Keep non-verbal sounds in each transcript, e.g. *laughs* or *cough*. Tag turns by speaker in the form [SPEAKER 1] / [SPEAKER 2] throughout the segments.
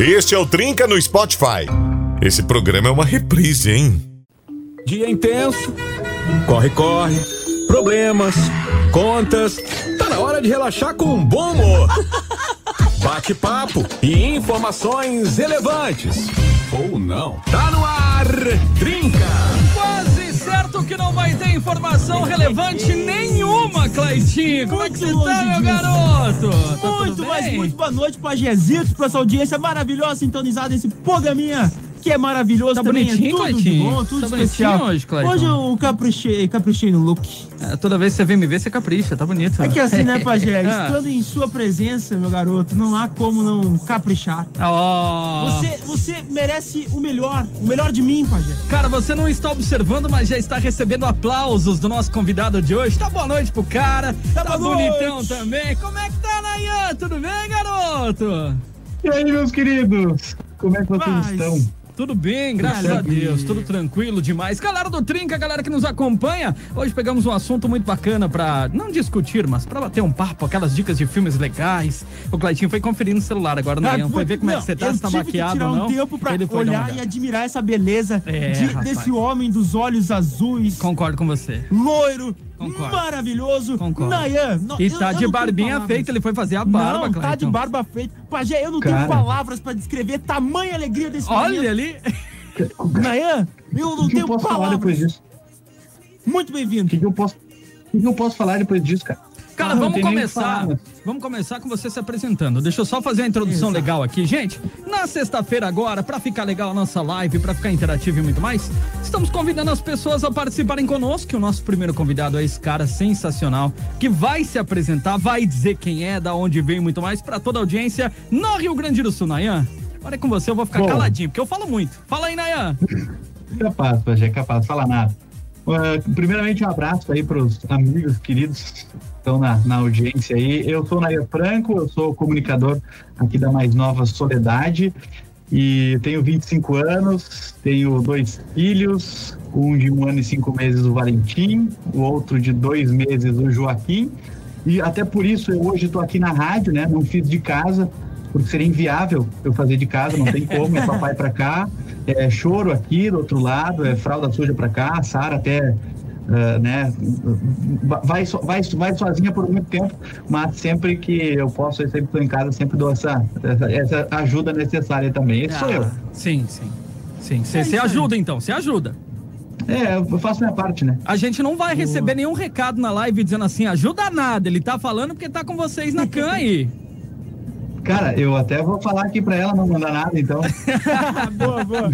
[SPEAKER 1] Este é o Trinca no Spotify. Esse programa é uma reprise, hein?
[SPEAKER 2] Dia intenso, corre, corre, problemas, contas. Tá na hora de relaxar com um bom humor. Bate-papo e informações relevantes. Ou não. Tá no ar, Trinca.
[SPEAKER 3] Quase certo que não vai ter informação relevante nenhuma, Claitinho. Como é que você
[SPEAKER 4] Muito
[SPEAKER 3] tá,
[SPEAKER 4] longe
[SPEAKER 3] meu
[SPEAKER 4] disso.
[SPEAKER 3] garoto? Tá
[SPEAKER 4] Muito,
[SPEAKER 3] tudo
[SPEAKER 4] mas
[SPEAKER 3] bem?
[SPEAKER 4] muito boa noite pra Jezito, pra essa audiência maravilhosa, sintonizada, esse programinha que é maravilhoso
[SPEAKER 3] Tá
[SPEAKER 4] também.
[SPEAKER 3] bonitinho,
[SPEAKER 4] é tudo de
[SPEAKER 3] Cleitinho?
[SPEAKER 4] bom, tudo
[SPEAKER 3] Tá bonitinho
[SPEAKER 4] especial. é
[SPEAKER 3] hoje, Cleiton?
[SPEAKER 4] eu caprichei, caprichei no look.
[SPEAKER 3] Ah, Toda vez que você vem me ver, você capricha, tá bonito.
[SPEAKER 4] É que assim,
[SPEAKER 3] *laughs*
[SPEAKER 4] né, Pajé?
[SPEAKER 3] Ah.
[SPEAKER 4] Estando em sua presença, meu garoto, não há como não caprichar.
[SPEAKER 3] Ah, Ó.
[SPEAKER 4] Você, você merece o melhor, o melhor de mim, Pajé.
[SPEAKER 3] Cara, você não está observando, mas já está recebendo aplausos do nosso convidado de hoje. Tá boa noite pro cara, tá,
[SPEAKER 4] boa
[SPEAKER 3] bonitão
[SPEAKER 4] noite.
[SPEAKER 3] também. Como é que tá, Nayan? Tudo bem, garoto?
[SPEAKER 5] E aí, meus queridos? Como é que vocês
[SPEAKER 4] Mas-
[SPEAKER 5] estão?
[SPEAKER 3] Tudo bem, graças a
[SPEAKER 4] Maravilha.
[SPEAKER 3] Deus, tudo tranquilo demais. Galera do Trinca, galera que nos acompanha, hoje pegamos um assunto muito bacana pra não discutir, mas pra bater um papo, aquelas dicas de filmes legais. O Claitinho foi conferindo o celular agora, né? Ian? Foi ver como é que você tá,
[SPEAKER 4] Ah, eu
[SPEAKER 3] se tá
[SPEAKER 4] tive
[SPEAKER 3] maquiado
[SPEAKER 4] que tirar
[SPEAKER 3] ou não.
[SPEAKER 4] um tempo pra
[SPEAKER 3] Ele foi dar uma
[SPEAKER 4] olhar e
[SPEAKER 3] olhada.
[SPEAKER 4] admirar essa beleza
[SPEAKER 3] É,
[SPEAKER 4] de-
[SPEAKER 3] rapaz.
[SPEAKER 4] desse homem dos olhos azuis.
[SPEAKER 3] Concordo com você.
[SPEAKER 4] loiro,
[SPEAKER 3] Concordo.
[SPEAKER 4] maravilhoso.
[SPEAKER 3] Concordo.
[SPEAKER 4] Nayan, no-
[SPEAKER 3] E
[SPEAKER 4] eu-
[SPEAKER 3] tá
[SPEAKER 4] eu
[SPEAKER 3] de
[SPEAKER 4] não tenho
[SPEAKER 3] barbinha
[SPEAKER 4] palavras.
[SPEAKER 3] feita, ele foi fazer a barba,
[SPEAKER 4] não, tá de
[SPEAKER 3] Claitinho.
[SPEAKER 4] barba feita. Pajé, eu não
[SPEAKER 5] Cara.
[SPEAKER 4] tenho palavras pra descrever tamanha alegria desse
[SPEAKER 3] Olha ali.
[SPEAKER 4] momento. Nayan, eu não
[SPEAKER 5] O que eu
[SPEAKER 4] tenho
[SPEAKER 5] posso falar
[SPEAKER 4] palavras.
[SPEAKER 5] depois disso?
[SPEAKER 4] Muito
[SPEAKER 5] O que
[SPEAKER 4] bem-vindo.
[SPEAKER 5] que eu posso, o que que eu posso falar depois disso, cara?
[SPEAKER 3] Cara,
[SPEAKER 5] Ah, não
[SPEAKER 3] vamos
[SPEAKER 5] tem nem o que
[SPEAKER 3] começar.
[SPEAKER 5] falar, né?
[SPEAKER 3] Vamos começar com você se apresentando. Deixa eu só fazer uma introdução
[SPEAKER 4] Exato.
[SPEAKER 3] legal aqui, gente. Na sexta-feira agora, pra ficar legal a nossa live, pra ficar interativo e muito mais, estamos convidando as pessoas a participarem conosco. E o nosso primeiro convidado é esse cara sensacional que vai se apresentar, vai dizer quem é, da onde vem e muito mais pra toda a audiência no Rio Grande do Sul, Nayan. Olha com você, eu vou ficar
[SPEAKER 5] Bom.
[SPEAKER 3] caladinho, porque eu falo muito. Fala aí, Nayan.
[SPEAKER 5] Capaz, Pajé, capaz, fala nada. Ah, primeiramente, um abraço aí pros amigos queridos que estão na, na audiência aí. Eu sou Nair Franco, eu sou comunicador aqui da Mais Nova Soledade e tenho 25 anos, tenho dois filhos, um de um ano e cinco meses, o Valentim, o outro de dois meses, o Joaquim. E até por isso eu hoje estou aqui na rádio, né? Não fiz de casa, porque seria inviável eu fazer de casa, não tem como, é papai para cá, é choro aqui do outro lado, é fralda suja para cá, a Sara até. ah, né, vai, so- vai, vai sozinha por muito tempo, mas sempre que eu posso, eu sempre estou em casa, sempre dou essa, essa, essa ajuda necessária também. Esse sou
[SPEAKER 3] Ah.
[SPEAKER 5] eu.
[SPEAKER 3] Sim, sim. Sim,
[SPEAKER 4] É
[SPEAKER 3] você
[SPEAKER 4] isso aí.
[SPEAKER 3] ajuda então, você ajuda.
[SPEAKER 5] É, eu faço minha parte, né?
[SPEAKER 3] A gente não vai receber nenhum recado na live dizendo assim, ajuda nada. Ele tá falando porque tá com vocês na
[SPEAKER 4] *laughs*
[SPEAKER 3] canha.
[SPEAKER 5] Cara, eu até vou falar aqui pra ela não mandar nada, então.
[SPEAKER 4] Ah, boa, boa.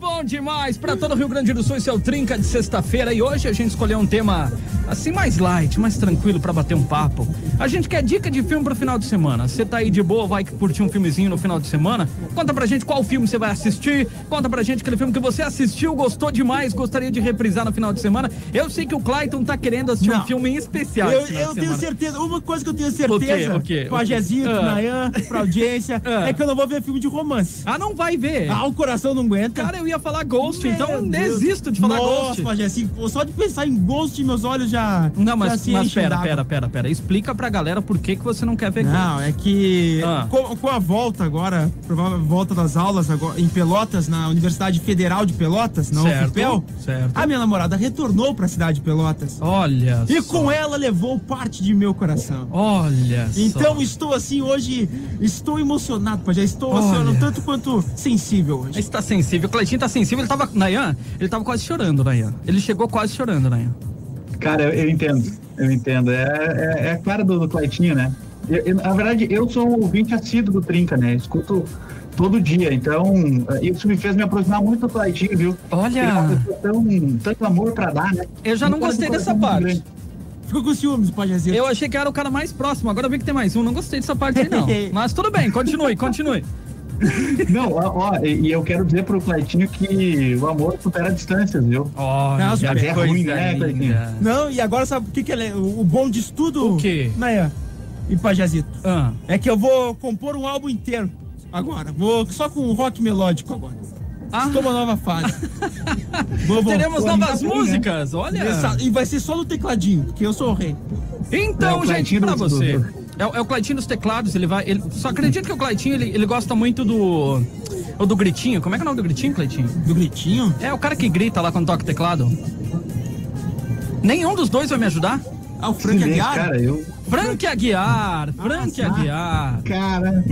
[SPEAKER 3] Bom demais pra todo o Rio Grande do Sul, esse é o Trinca de sexta-feira e hoje a gente escolheu um tema assim mais light, mais tranquilo pra bater um papo. A gente quer dica de filme pro final de semana. Você tá aí de boa, vai curtir um filmezinho no final de semana? Conta pra gente qual filme você vai assistir, conta pra gente aquele filme que você assistiu, gostou demais, gostaria de reprisar no final de semana. Eu sei que o Clayton tá querendo assistir um
[SPEAKER 4] Não.
[SPEAKER 3] filme em especial.
[SPEAKER 4] Eu,
[SPEAKER 3] esse final
[SPEAKER 4] eu
[SPEAKER 3] de
[SPEAKER 4] tenho
[SPEAKER 3] semana.
[SPEAKER 4] certeza, uma coisa que eu tenho certeza,
[SPEAKER 3] O quê? O quê?
[SPEAKER 4] Pajézito,
[SPEAKER 3] Ah.
[SPEAKER 4] Nayan, pra audiência,
[SPEAKER 3] *laughs* Ah.
[SPEAKER 4] é que eu não vou ver filme de romance.
[SPEAKER 3] Ah, não vai ver.
[SPEAKER 4] Ah, o coração não aguenta.
[SPEAKER 3] Cara, eu ia falar Ghost,
[SPEAKER 4] Meu
[SPEAKER 3] então
[SPEAKER 4] Deus.
[SPEAKER 3] desisto de falar
[SPEAKER 4] Nossa,
[SPEAKER 3] Ghost.
[SPEAKER 4] Pajé, assim, pô, só de pensar em Ghost, meus olhos já.
[SPEAKER 3] Não,
[SPEAKER 4] já
[SPEAKER 3] mas,
[SPEAKER 4] se
[SPEAKER 3] mas
[SPEAKER 4] enchem
[SPEAKER 3] pera,
[SPEAKER 4] d'água.
[SPEAKER 3] pera, pera, pera. Explica pra galera por que, que você não quer ver
[SPEAKER 4] Não, é que
[SPEAKER 3] Ah.
[SPEAKER 4] com, com a volta agora, provável volta das aulas agora, em Pelotas, na Universidade Federal de Pelotas, na
[SPEAKER 3] Certo,
[SPEAKER 4] UFPEL,
[SPEAKER 3] certo.
[SPEAKER 4] a minha namorada retornou pra cidade de Pelotas.
[SPEAKER 3] Olha
[SPEAKER 4] E
[SPEAKER 3] só.
[SPEAKER 4] com ela levou parte de meu coração.
[SPEAKER 3] Olha
[SPEAKER 4] Então
[SPEAKER 3] só.
[SPEAKER 4] estou assim hoje, estou emocionado, já estou
[SPEAKER 3] Olha.
[SPEAKER 4] assim, um tanto quanto sensível hoje.
[SPEAKER 3] Esse tá sensível. O Cleitinho tá sensível. Ele tava... Nayan, ele tava quase chorando, Nayan. Ele chegou quase chorando, Nayan.
[SPEAKER 5] Cara, eu, eu entendo, eu entendo. É, é, é a cara do, do Claitinho, né? Eu- eu- na verdade, eu sou um ouvinte assíduo do Trinca, né? Escuto todo dia, então eh, isso me fez me aproximar muito do Claitinho, viu?
[SPEAKER 3] Olha.
[SPEAKER 5] Ele é uma pessoa tão, tanto amor pra dar, né?
[SPEAKER 3] Eu já não
[SPEAKER 5] Ele tem um
[SPEAKER 3] gostei dessa
[SPEAKER 5] coração muito
[SPEAKER 3] parte.
[SPEAKER 5] grande.
[SPEAKER 4] Ficou com ciúmes, Pajazito.
[SPEAKER 3] Eu achei que era o cara mais próximo. Agora eu vi que tem mais um. Não gostei dessa parte aí,
[SPEAKER 4] *laughs*
[SPEAKER 3] não. Mas tudo bem. Continue, continue.
[SPEAKER 5] Não, ó, ó, e e eu quero dizer pro Claitinho que o amor supera distâncias, viu?
[SPEAKER 3] Olha,
[SPEAKER 4] Nossa,
[SPEAKER 3] que
[SPEAKER 4] é
[SPEAKER 5] ruim,
[SPEAKER 3] coisa
[SPEAKER 5] né,
[SPEAKER 3] linda.
[SPEAKER 5] Cleitinho?
[SPEAKER 4] Não, e agora sabe o que, que é le- o o bom disso tudo?
[SPEAKER 3] O quê?
[SPEAKER 4] Nayan e Pajazito.
[SPEAKER 3] Ah.
[SPEAKER 4] É que eu vou compor um álbum inteiro agora. Vou só com rock melódico agora.
[SPEAKER 3] Ah.
[SPEAKER 4] Estou uma nova fase.
[SPEAKER 3] *laughs*
[SPEAKER 4] vou, vou.
[SPEAKER 3] Teremos
[SPEAKER 5] Pô,
[SPEAKER 3] novas
[SPEAKER 4] Tá
[SPEAKER 5] ainda bem, né?
[SPEAKER 3] músicas. Olha.
[SPEAKER 4] Essa- E vai ser só no tecladinho, porque eu sou o rei.
[SPEAKER 3] Então,
[SPEAKER 5] Não,
[SPEAKER 3] gente,
[SPEAKER 5] Claitinho
[SPEAKER 3] pra
[SPEAKER 5] do-
[SPEAKER 3] você
[SPEAKER 5] do-
[SPEAKER 3] É, o- é o Claitinho dos teclados, ele vai. Ele, só acredito que o Claitinho ele, ele gosta muito do. Ou do gritinho. Como é que é o nome do gritinho, Claitinho?
[SPEAKER 4] Do gritinho?
[SPEAKER 3] É o cara que grita lá quando toca o teclado. Nenhum dos dois vai me ajudar?
[SPEAKER 4] Ah, o Frank
[SPEAKER 5] Gente,
[SPEAKER 4] Aguiar?
[SPEAKER 5] Cara, eu.
[SPEAKER 3] Frank Aguiar! Frank
[SPEAKER 4] tá.
[SPEAKER 3] Aguiar!
[SPEAKER 5] Cara.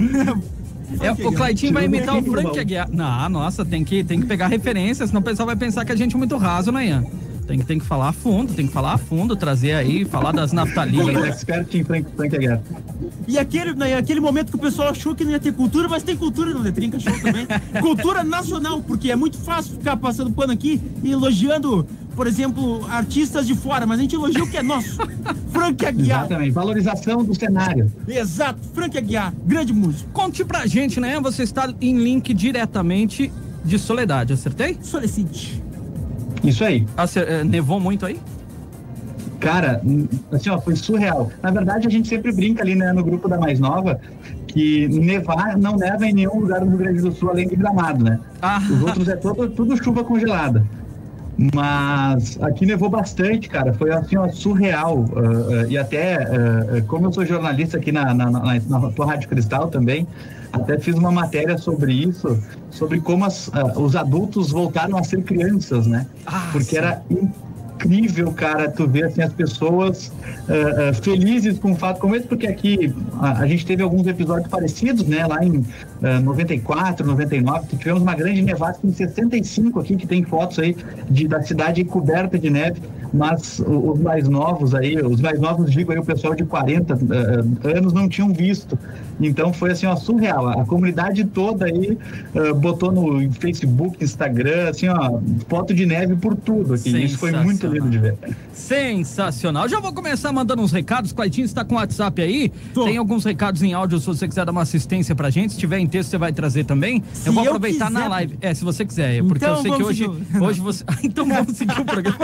[SPEAKER 3] É, o Claitinho vai
[SPEAKER 5] Tirou
[SPEAKER 3] imitar o
[SPEAKER 5] minha
[SPEAKER 3] Frank
[SPEAKER 5] roupa.
[SPEAKER 3] Aguiar. Não, nossa, tem que, tem que pegar referência, senão o pessoal vai pensar que a gente é muito raso, né, Ian? Tem que, tem que falar a fundo, tem que falar a fundo, trazer aí, falar das
[SPEAKER 5] Eu sou
[SPEAKER 3] naftalinas.
[SPEAKER 5] expert em Frank, Frank Aguiar.
[SPEAKER 4] E aquele, né, aquele momento que o pessoal achou que não ia ter cultura, mas tem cultura no Letrinca Show
[SPEAKER 3] *laughs*
[SPEAKER 4] também. cultura nacional, porque é muito fácil ficar passando pano aqui e elogiando, por exemplo, artistas de fora, mas a gente elogia o que
[SPEAKER 3] *laughs*
[SPEAKER 4] é nosso. Frank Aguiar.
[SPEAKER 5] Exatamente. Valorização do cenário.
[SPEAKER 4] Exato, Frank Aguiar, grande músico.
[SPEAKER 3] Conte pra gente, né? Você está em link diretamente de Soledade, acertei?
[SPEAKER 4] Solicite.
[SPEAKER 5] Isso aí.
[SPEAKER 3] Acer- eh, nevou muito aí?
[SPEAKER 5] Cara, n- assim, ó, foi surreal. Na verdade, a gente sempre brinca ali, né, no grupo da Mais Nova, que nevar não neva em nenhum lugar do Rio Grande do Sul, além de Gramado, né?
[SPEAKER 3] Ah. *laughs*
[SPEAKER 5] Os outros é todo, tudo chuva congelada. Mas aqui nevou bastante, cara. Foi assim, ó, surreal. Ah, ah, e até, ah, ah, como eu sou jornalista aqui na, na, na, na- na tua Rádio Cristal também, até fiz uma matéria sobre isso, sobre como as, ah, os adultos voltaram a ser crianças, né?
[SPEAKER 3] Ah,
[SPEAKER 5] Porque
[SPEAKER 3] sim.
[SPEAKER 5] era incrível, cara, tu ver assim, as pessoas ah, ah, felizes com o fato como esse, porque aqui a, a gente teve alguns episódios parecidos, né? Lá em ah, 94, 99, que tivemos uma grande nevasca em 65 aqui, que tem fotos aí de, da cidade coberta de neve, mas o- os mais novos aí, os mais novos, digo aí, o pessoal de 40 ah, ah, anos não tinham visto. Então foi assim, ó, surreal. A comunidade toda aí ah, botou no Facebook, Instagram, assim, ó, foto de neve por tudo aqui. Isso foi muito lindo de ver.
[SPEAKER 3] Sensacional. Já vou começar mandando uns recados. Claitinho está com o WhatsApp aí.
[SPEAKER 4] Tô.
[SPEAKER 3] Tem alguns recados em áudio se você quiser dar uma assistência pra gente. Se tiver em texto, você vai trazer também.
[SPEAKER 4] Se
[SPEAKER 3] eu vou
[SPEAKER 4] eu
[SPEAKER 3] aproveitar na
[SPEAKER 4] quiser.
[SPEAKER 3] live. É, se você quiser. Porque
[SPEAKER 4] Então
[SPEAKER 3] eu sei que
[SPEAKER 4] vamos
[SPEAKER 3] hoje,
[SPEAKER 4] seguir o-
[SPEAKER 3] hoje você. *laughs* Ah, então vamos seguir o programa.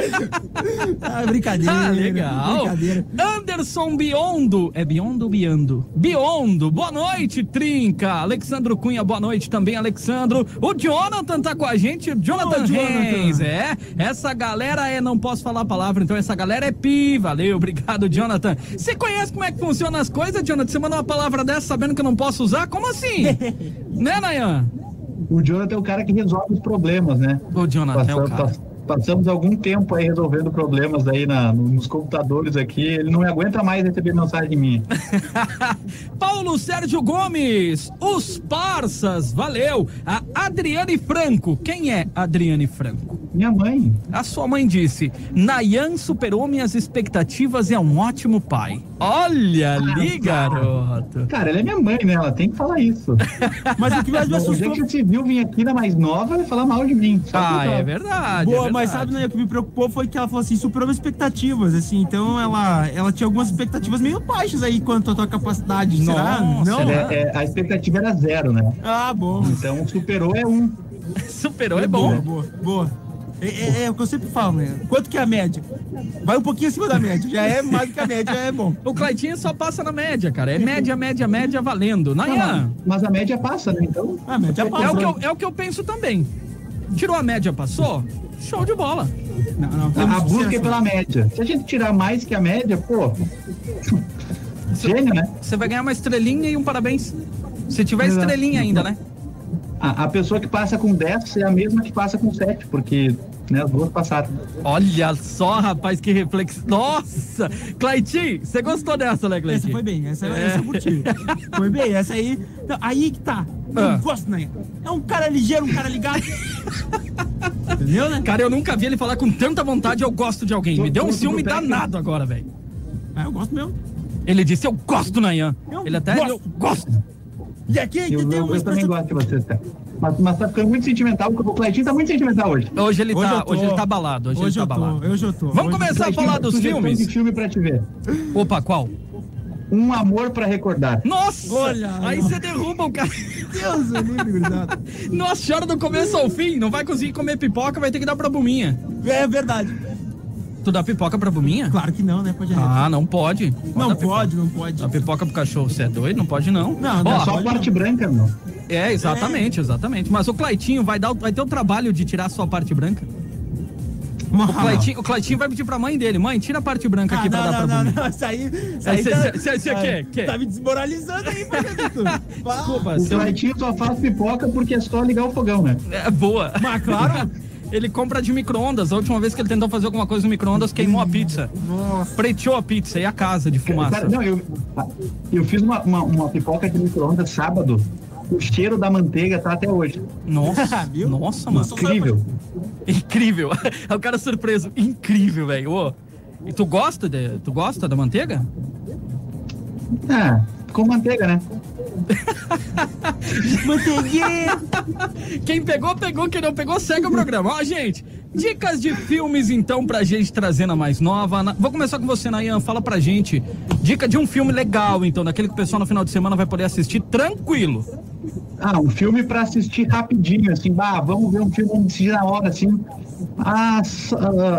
[SPEAKER 4] Ah, brincadeira.
[SPEAKER 3] Ah, legal.
[SPEAKER 4] Brincadeira.
[SPEAKER 3] Anderson Biondo. É Biondo ou Biondo? Biondo. Boa noite, Trinca. Alexandro Cunha, boa noite também, Alexandro. O Jonathan tá com a gente. Jonathan,
[SPEAKER 4] Ô, Jonathan.
[SPEAKER 3] Reis. É, essa galera é. Não posso falar a palavra, então essa galera é pi. Valeu, obrigado, Jonathan. Você conhece como é que funciona as coisas, Jonathan? Você mandou uma palavra dessa sabendo que eu não posso usar? Como
[SPEAKER 4] *laughs*
[SPEAKER 3] assim? né, Nayan?
[SPEAKER 5] O Jonathan é o cara que resolve os problemas, né?
[SPEAKER 3] O Jonathan é o
[SPEAKER 5] Passamos,
[SPEAKER 3] cara.
[SPEAKER 5] pass- passamos algum tempo aí resolvendo problemas aí na- nos computadores aqui. Ele não aguenta mais receber mensagem minha.
[SPEAKER 3] *laughs* Paulo Sérgio Gomes, os parças, valeu. A Adriane Franco, quem é Adriane Franco?
[SPEAKER 5] Minha mãe.
[SPEAKER 3] A sua mãe disse: Nayan superou minhas expectativas e é um ótimo pai. Olha
[SPEAKER 4] Tá
[SPEAKER 3] ali, garoto.
[SPEAKER 5] Cara, ela é minha mãe, né? Ela tem que falar isso.
[SPEAKER 4] Mas o que mais me
[SPEAKER 5] O dia
[SPEAKER 4] assustou.
[SPEAKER 5] que você viu vir aqui na mais nova e falar mal de mim. Só
[SPEAKER 3] Ah,
[SPEAKER 5] que eu-
[SPEAKER 3] é verdade. é
[SPEAKER 4] Tá Boa,
[SPEAKER 3] verdade.
[SPEAKER 4] mas sabe, né, o que me preocupou foi que ela falou assim, superou minhas expectativas, assim, então ela, ela tinha algumas expectativas meio baixas aí quanto à tua capacidade, será?
[SPEAKER 3] Nossa,
[SPEAKER 4] Não?
[SPEAKER 3] né?
[SPEAKER 5] É, é, a expectativa era zero, né?
[SPEAKER 4] Ah, bom.
[SPEAKER 5] Então superou é um.
[SPEAKER 3] *laughs* Superou, é bom.
[SPEAKER 4] Boa, boa. É, é- é o que eu sempre falo, né? Quanto que é a média? Vai um pouquinho acima da média, já é mais do que a média, já é bom.
[SPEAKER 3] O Claitinho só passa na média, cara. É média, média, média valendo.
[SPEAKER 4] Tá
[SPEAKER 3] Nayan,
[SPEAKER 5] Mas a média passa, né? Então.
[SPEAKER 4] A média
[SPEAKER 3] é
[SPEAKER 4] passa.
[SPEAKER 3] o, que eu, é o que eu penso também. Tirou a média, passou? Show de bola.
[SPEAKER 4] Não, não,
[SPEAKER 5] A, a
[SPEAKER 4] temos
[SPEAKER 5] busca é
[SPEAKER 4] sucesso.
[SPEAKER 3] né?
[SPEAKER 5] pela média. Se a gente tirar mais que a média,
[SPEAKER 3] *laughs*
[SPEAKER 5] pô. Gênio, né?
[SPEAKER 3] Você vai ganhar uma estrelinha e um parabéns. Se tiver
[SPEAKER 5] Exato.
[SPEAKER 3] estrelinha ainda, né?
[SPEAKER 5] A, a pessoa que passa com 10 é a mesma que passa com 7, porque né, as duas passaram.
[SPEAKER 3] Olha só, rapaz, que reflexo. Nossa! Claitinho, você gostou dessa, né,
[SPEAKER 4] Essa
[SPEAKER 3] Claitinho?
[SPEAKER 4] foi bem, essa, essa eu curti. Foi bem, essa aí. Não, aí que tá. Eu
[SPEAKER 3] Ah.
[SPEAKER 4] gosto, né? É um cara ligeiro, um cara ligado. Entendeu, né?
[SPEAKER 3] Cara, eu nunca vi ele falar com tanta vontade, eu gosto de alguém. Me deu um
[SPEAKER 5] Todo
[SPEAKER 3] ciúme
[SPEAKER 5] mundo
[SPEAKER 3] danado agora, velho.
[SPEAKER 4] Ah, eu gosto mesmo.
[SPEAKER 3] Ele disse, eu gosto do Nayan.
[SPEAKER 4] Eu
[SPEAKER 3] Ele até...
[SPEAKER 4] gosto.
[SPEAKER 3] Eu gosto.
[SPEAKER 4] E aqui
[SPEAKER 5] Eu,
[SPEAKER 4] ainda
[SPEAKER 5] eu,
[SPEAKER 4] tem
[SPEAKER 5] eu
[SPEAKER 4] uma
[SPEAKER 5] também
[SPEAKER 4] expressão.
[SPEAKER 5] gosto de vocês, cara. Mas, mas tá ficando muito sentimental, porque o Cleitinho tá muito sentimental hoje.
[SPEAKER 3] Hoje ele, tá,
[SPEAKER 4] eu tô-
[SPEAKER 3] hoje ele tá balado, hoje, ele
[SPEAKER 4] eu
[SPEAKER 3] tá
[SPEAKER 4] tô,
[SPEAKER 3] balado.
[SPEAKER 4] Hoje eu tô.
[SPEAKER 3] Vamos
[SPEAKER 4] hoje eu
[SPEAKER 3] começar a
[SPEAKER 5] Cleitinho,
[SPEAKER 3] falar dos
[SPEAKER 5] sugestão
[SPEAKER 3] filmes?
[SPEAKER 5] de filme pra te ver.
[SPEAKER 3] Opa, qual?
[SPEAKER 5] Um amor pra recordar.
[SPEAKER 3] Nossa!
[SPEAKER 4] Olha,
[SPEAKER 3] aí
[SPEAKER 4] não.
[SPEAKER 3] você derruba o cara. *laughs*
[SPEAKER 4] tô. Deus, eu livre, gurizada.
[SPEAKER 3] Nossa, chora do começo ao fim. Não vai conseguir comer pipoca, vai ter que dar pra buminha.
[SPEAKER 4] É verdade.
[SPEAKER 3] Tu dá pipoca pra buminha?
[SPEAKER 4] Claro que não, né? Pode arrebentar.
[SPEAKER 3] Ah, não pode.
[SPEAKER 4] Não
[SPEAKER 3] Dá pipoca.
[SPEAKER 4] pode, não pode.
[SPEAKER 3] Dá pipoca pro cachorro, você é doido? Não pode, não.
[SPEAKER 4] Não, é
[SPEAKER 3] Ó,
[SPEAKER 4] não,
[SPEAKER 5] É Só a
[SPEAKER 4] olha.
[SPEAKER 5] parte branca, meu.
[SPEAKER 3] É, exatamente, exatamente. Mas o Claitinho vai, dar, o- vai ter o trabalho de tirar a sua parte branca. O Claitinho, o Claitinho vai pedir pra mãe dele: mãe, tira a parte branca aqui pra
[SPEAKER 4] Ah, não,
[SPEAKER 3] dar
[SPEAKER 4] Ah, não,
[SPEAKER 3] pra
[SPEAKER 4] não,
[SPEAKER 3] mim.
[SPEAKER 4] não, isso aí. Isso
[SPEAKER 3] Aí
[SPEAKER 4] aí
[SPEAKER 3] cê-
[SPEAKER 4] tá,
[SPEAKER 3] cê- cê- cê
[SPEAKER 4] tá-
[SPEAKER 3] quer, quer?
[SPEAKER 4] tá me
[SPEAKER 3] *laughs*
[SPEAKER 4] desmoralizando aí, Marcadito.
[SPEAKER 3] Desculpa,
[SPEAKER 5] O
[SPEAKER 3] seu.
[SPEAKER 5] Claitinho só faz pipoca porque é só ligar o fogão, né?
[SPEAKER 3] É boa.
[SPEAKER 4] Mas claro.
[SPEAKER 3] *laughs* Ele compra de micro-ondas. A última vez que ele tentou fazer alguma coisa no micro-ondas, queimou a pizza.
[SPEAKER 4] Nossa.
[SPEAKER 3] Preteou a pizza e a casa de fumaça.
[SPEAKER 5] Cara, não, eu, eu fiz uma, uma, uma pipoca de micro-ondas sábado. O cheiro da manteiga tá até hoje.
[SPEAKER 4] *laughs*
[SPEAKER 3] Nossa,
[SPEAKER 4] Ah, Viu?
[SPEAKER 3] nossa, mano.
[SPEAKER 5] Incrível.
[SPEAKER 3] Incrível. *laughs* É o cara surpreso. Incrível, velho. Ô, E tu gosta de, tu gosta da manteiga?
[SPEAKER 5] Ah, com manteiga, né?
[SPEAKER 4] Manteiguinha.
[SPEAKER 3] Quem pegou, pegou. Quem não pegou, segue o programa. Ó, gente, dicas de filmes, então, pra gente trazer na mais nova. Na- Vou começar com você, Nayan. Fala pra gente. Dica de um filme legal, então, daquele que o pessoal no final de semana vai poder assistir tranquilo.
[SPEAKER 5] Ah, um filme pra assistir rapidinho, assim, bah, vamos ver um filme vamos assistir na hora, assim. A, ah,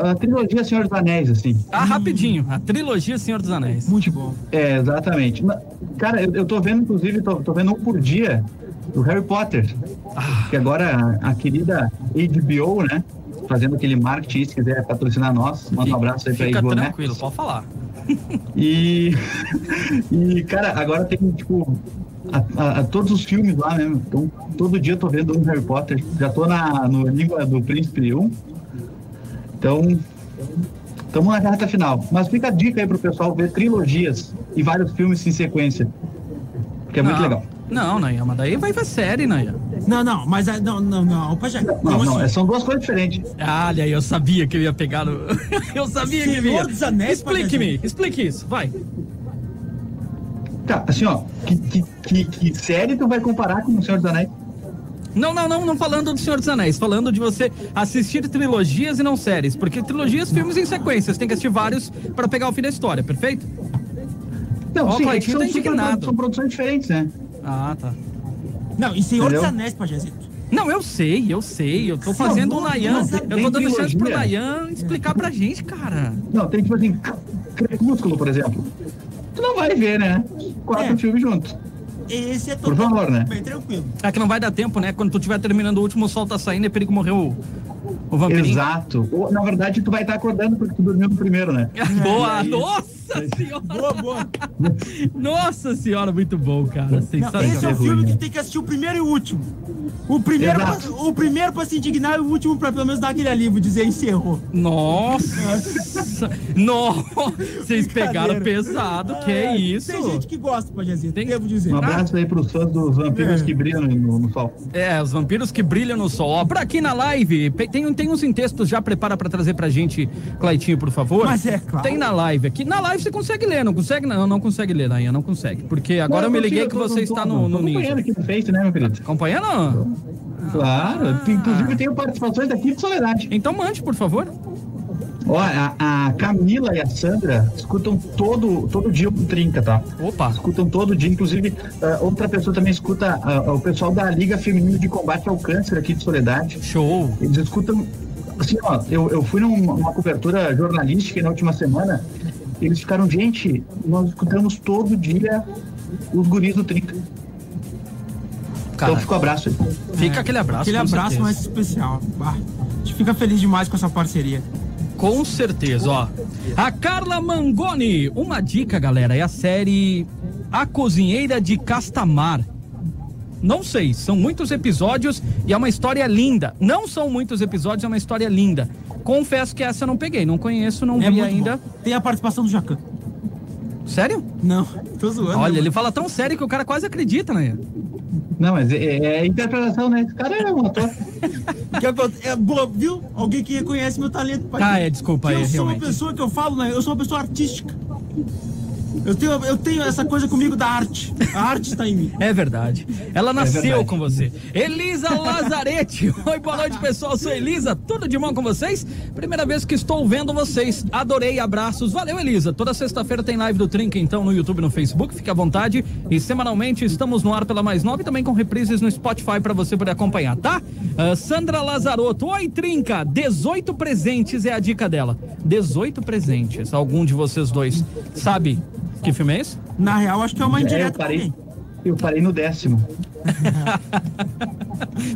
[SPEAKER 5] a, a trilogia Senhor dos Anéis, assim.
[SPEAKER 3] Ah, rapidinho. A trilogia Senhor dos Anéis.
[SPEAKER 4] Muito bom.
[SPEAKER 5] É, exatamente. Na- Cara, eu, eu tô vendo, inclusive, tô, tô vendo um por dia do Harry Potter.
[SPEAKER 3] Ah.
[SPEAKER 5] Que agora a, a querida HBO, né? Fazendo aquele marketing, se quiser patrocinar nós, manda um abraço aí pra
[SPEAKER 3] Fica
[SPEAKER 5] HBO, né?
[SPEAKER 3] tranquilo, pode falar.
[SPEAKER 5] E, *laughs* e cara, agora tem, tipo, a, a- a todos os filmes lá, né? Então, todo dia eu tô vendo um Harry Potter. Já tô na, no Língua do Príncipe 1. Então, estamos na carta final. Mas fica a dica aí pro pessoal ver trilogias e vários filmes em sequência. Que é muito
[SPEAKER 3] não,
[SPEAKER 5] legal.
[SPEAKER 3] Não, Nayan, mas daí vai pra série, Nayan.
[SPEAKER 4] Não, não, mas ah, não, não, não, Pajé.
[SPEAKER 5] Não, não,
[SPEAKER 4] assim,
[SPEAKER 5] é- são duas coisas diferentes.
[SPEAKER 3] Olha, eu sabia que eu ia pegar no... *laughs* Eu sabia que eu ia.
[SPEAKER 4] Senhor dos Anéis,
[SPEAKER 3] Explique-me, explique isso, vai.
[SPEAKER 5] Tá, assim, ó, que, que, que, que série tu vai comparar com o Senhor dos Anéis?
[SPEAKER 3] Não, não, não, não falando do Senhor dos Anéis, falando de você assistir trilogias e não séries, porque trilogias, filmes em sequência, você tem que assistir vários pra pegar o fim da história, perfeito?
[SPEAKER 5] Não,
[SPEAKER 3] Ó,
[SPEAKER 5] sim, é
[SPEAKER 3] Claitinho
[SPEAKER 5] que são,
[SPEAKER 3] tá
[SPEAKER 5] super,
[SPEAKER 3] indignado.
[SPEAKER 5] são produções diferentes, né?
[SPEAKER 3] Ah, tá.
[SPEAKER 4] Não, e Senhor dos
[SPEAKER 5] é- Entendeu?
[SPEAKER 4] Anéis, Pajézito.
[SPEAKER 3] Não, eu sei, eu sei, eu tô fazendo o
[SPEAKER 5] não,
[SPEAKER 3] Nayan,
[SPEAKER 5] não,
[SPEAKER 3] eu
[SPEAKER 5] tem
[SPEAKER 3] tô dando chance pro
[SPEAKER 5] trilogia.
[SPEAKER 3] Nayan explicar pra gente, cara.
[SPEAKER 5] Não, tem tipo assim, Crepúsculo, por exemplo. Tu não vai ver, né? Quatro
[SPEAKER 4] É.
[SPEAKER 5] filmes juntos.
[SPEAKER 4] Esse é todo.
[SPEAKER 5] Por favor, né?
[SPEAKER 4] Bem tranquilo.
[SPEAKER 3] É que não vai dar tempo, né? Quando tu tiver terminando o último, o sol tá saindo, é perigo morrer o, o vampirinho.
[SPEAKER 5] Exato. Ou, na verdade, tu vai estar acordando porque tu dormiu no
[SPEAKER 3] *laughs*
[SPEAKER 5] primeiro, né?
[SPEAKER 3] Boa, nossa senhora!
[SPEAKER 4] Boa, boa.
[SPEAKER 3] Nossa senhora, muito bom, cara.
[SPEAKER 4] Não, esse é
[SPEAKER 3] Sensacional.
[SPEAKER 4] o
[SPEAKER 5] ruim,
[SPEAKER 4] filme que
[SPEAKER 5] né?
[SPEAKER 4] tem que assistir o primeiro e o último. O primeiro, pra,
[SPEAKER 5] Exato.
[SPEAKER 4] o primeiro pra se indignar e o último pra pelo menos dar aquele alívio, dizer encerrou.
[SPEAKER 3] Nossa! Nossa! Vocês pegaram pesado, que
[SPEAKER 4] Ah,
[SPEAKER 3] é isso?
[SPEAKER 4] Tem gente que gosta, Pajézito,
[SPEAKER 3] Tem-
[SPEAKER 4] devo dizer.
[SPEAKER 5] Um abraço aí pros fãs dos vampiros
[SPEAKER 4] É.
[SPEAKER 5] que brilham no, no sol.
[SPEAKER 3] É, os vampiros que brilham no sol. Ó, pra aqui na live, pe- tem, um, tem uns em textos, já prepara pra trazer pra gente, Claitinho, por favor.
[SPEAKER 4] Mas é claro.
[SPEAKER 3] Tem na live aqui. Na live você consegue ler, não consegue? Não, não consegue ler, Nayan, não consegue. Porque agora eu me liguei que você está no, Ah. no Ninja.
[SPEAKER 5] Ninja. aqui no Face, né, meu querido?
[SPEAKER 3] Acompanhando?
[SPEAKER 5] Claro. Inclusive, tenho participações aqui de Soledade.
[SPEAKER 3] Então mande, por favor.
[SPEAKER 5] Ó, a, a Camila e a Sandra escutam todo, todo dia um trinca, tá?
[SPEAKER 3] Opa!
[SPEAKER 5] escutam todo dia, inclusive ah, outra pessoa também escuta ah, o pessoal da Liga Feminina de Combate ao Câncer aqui de Soledade.
[SPEAKER 3] Show!
[SPEAKER 5] Eles escutam. Assim, ó, eu, eu fui num- numa cobertura jornalística na última semana. Eles ficaram, gente, nós escutamos todo dia os guris do Trinca. Então
[SPEAKER 3] Cara,
[SPEAKER 5] fica o abraço aí.
[SPEAKER 3] fica aquele abraço.
[SPEAKER 4] Aquele
[SPEAKER 3] com
[SPEAKER 4] abraço
[SPEAKER 3] certeza.
[SPEAKER 4] mais especial. Bah, a gente fica feliz demais com essa parceria.
[SPEAKER 3] Com certeza, ó. A Carla Mangoni, uma dica, galera, é a série A Cozinheira de Castamar. Não sei, são muitos episódios e é uma história linda. Não são muitos episódios, é uma história linda. Confesso que essa eu não peguei, não conheço, não
[SPEAKER 4] É
[SPEAKER 3] vi
[SPEAKER 4] muito
[SPEAKER 3] ainda.
[SPEAKER 4] bom. Tem a participação do Jacan.
[SPEAKER 3] Sério?
[SPEAKER 4] Não, tô zoando.
[SPEAKER 3] Olha,
[SPEAKER 4] né,
[SPEAKER 3] ele fala tão sério que o cara quase acredita, né?
[SPEAKER 5] Não, mas é, é interpretação, né? Esse cara é um ator.
[SPEAKER 4] Que é meu- É boa, viu? Alguém que reconhece meu talento. pai.
[SPEAKER 3] Ah, é, desculpa
[SPEAKER 4] Que
[SPEAKER 3] aí,
[SPEAKER 4] Eu sou
[SPEAKER 3] realmente.
[SPEAKER 4] uma pessoa que eu falo, né? Eu sou uma pessoa artística. Eu tenho, eu tenho essa coisa comigo da arte. A arte está em mim.
[SPEAKER 3] É verdade. Ela nasceu
[SPEAKER 5] verdade.
[SPEAKER 3] com você. Elisa Lazarete. Oi, boa noite, pessoal. Sou Elisa. Tudo de bom com vocês? Primeira vez que estou vendo vocês. Adorei, abraços. Valeu, Elisa. Toda sexta-feira tem live do Trinca, então, no YouTube e no Facebook. Fique à vontade. E semanalmente estamos no ar pela Mais Nova e também com reprises no Spotify para você poder acompanhar, tá? Ah, Sandra Lazarotto. Oi, Trinca. 18 presentes é a dica dela. 18 presentes. Algum de vocês dois sabe que filme é esse?
[SPEAKER 4] Na real, acho que é uma
[SPEAKER 5] É, eu
[SPEAKER 4] indireta. pra
[SPEAKER 5] parei.
[SPEAKER 4] mim.
[SPEAKER 5] Eu parei no décimo.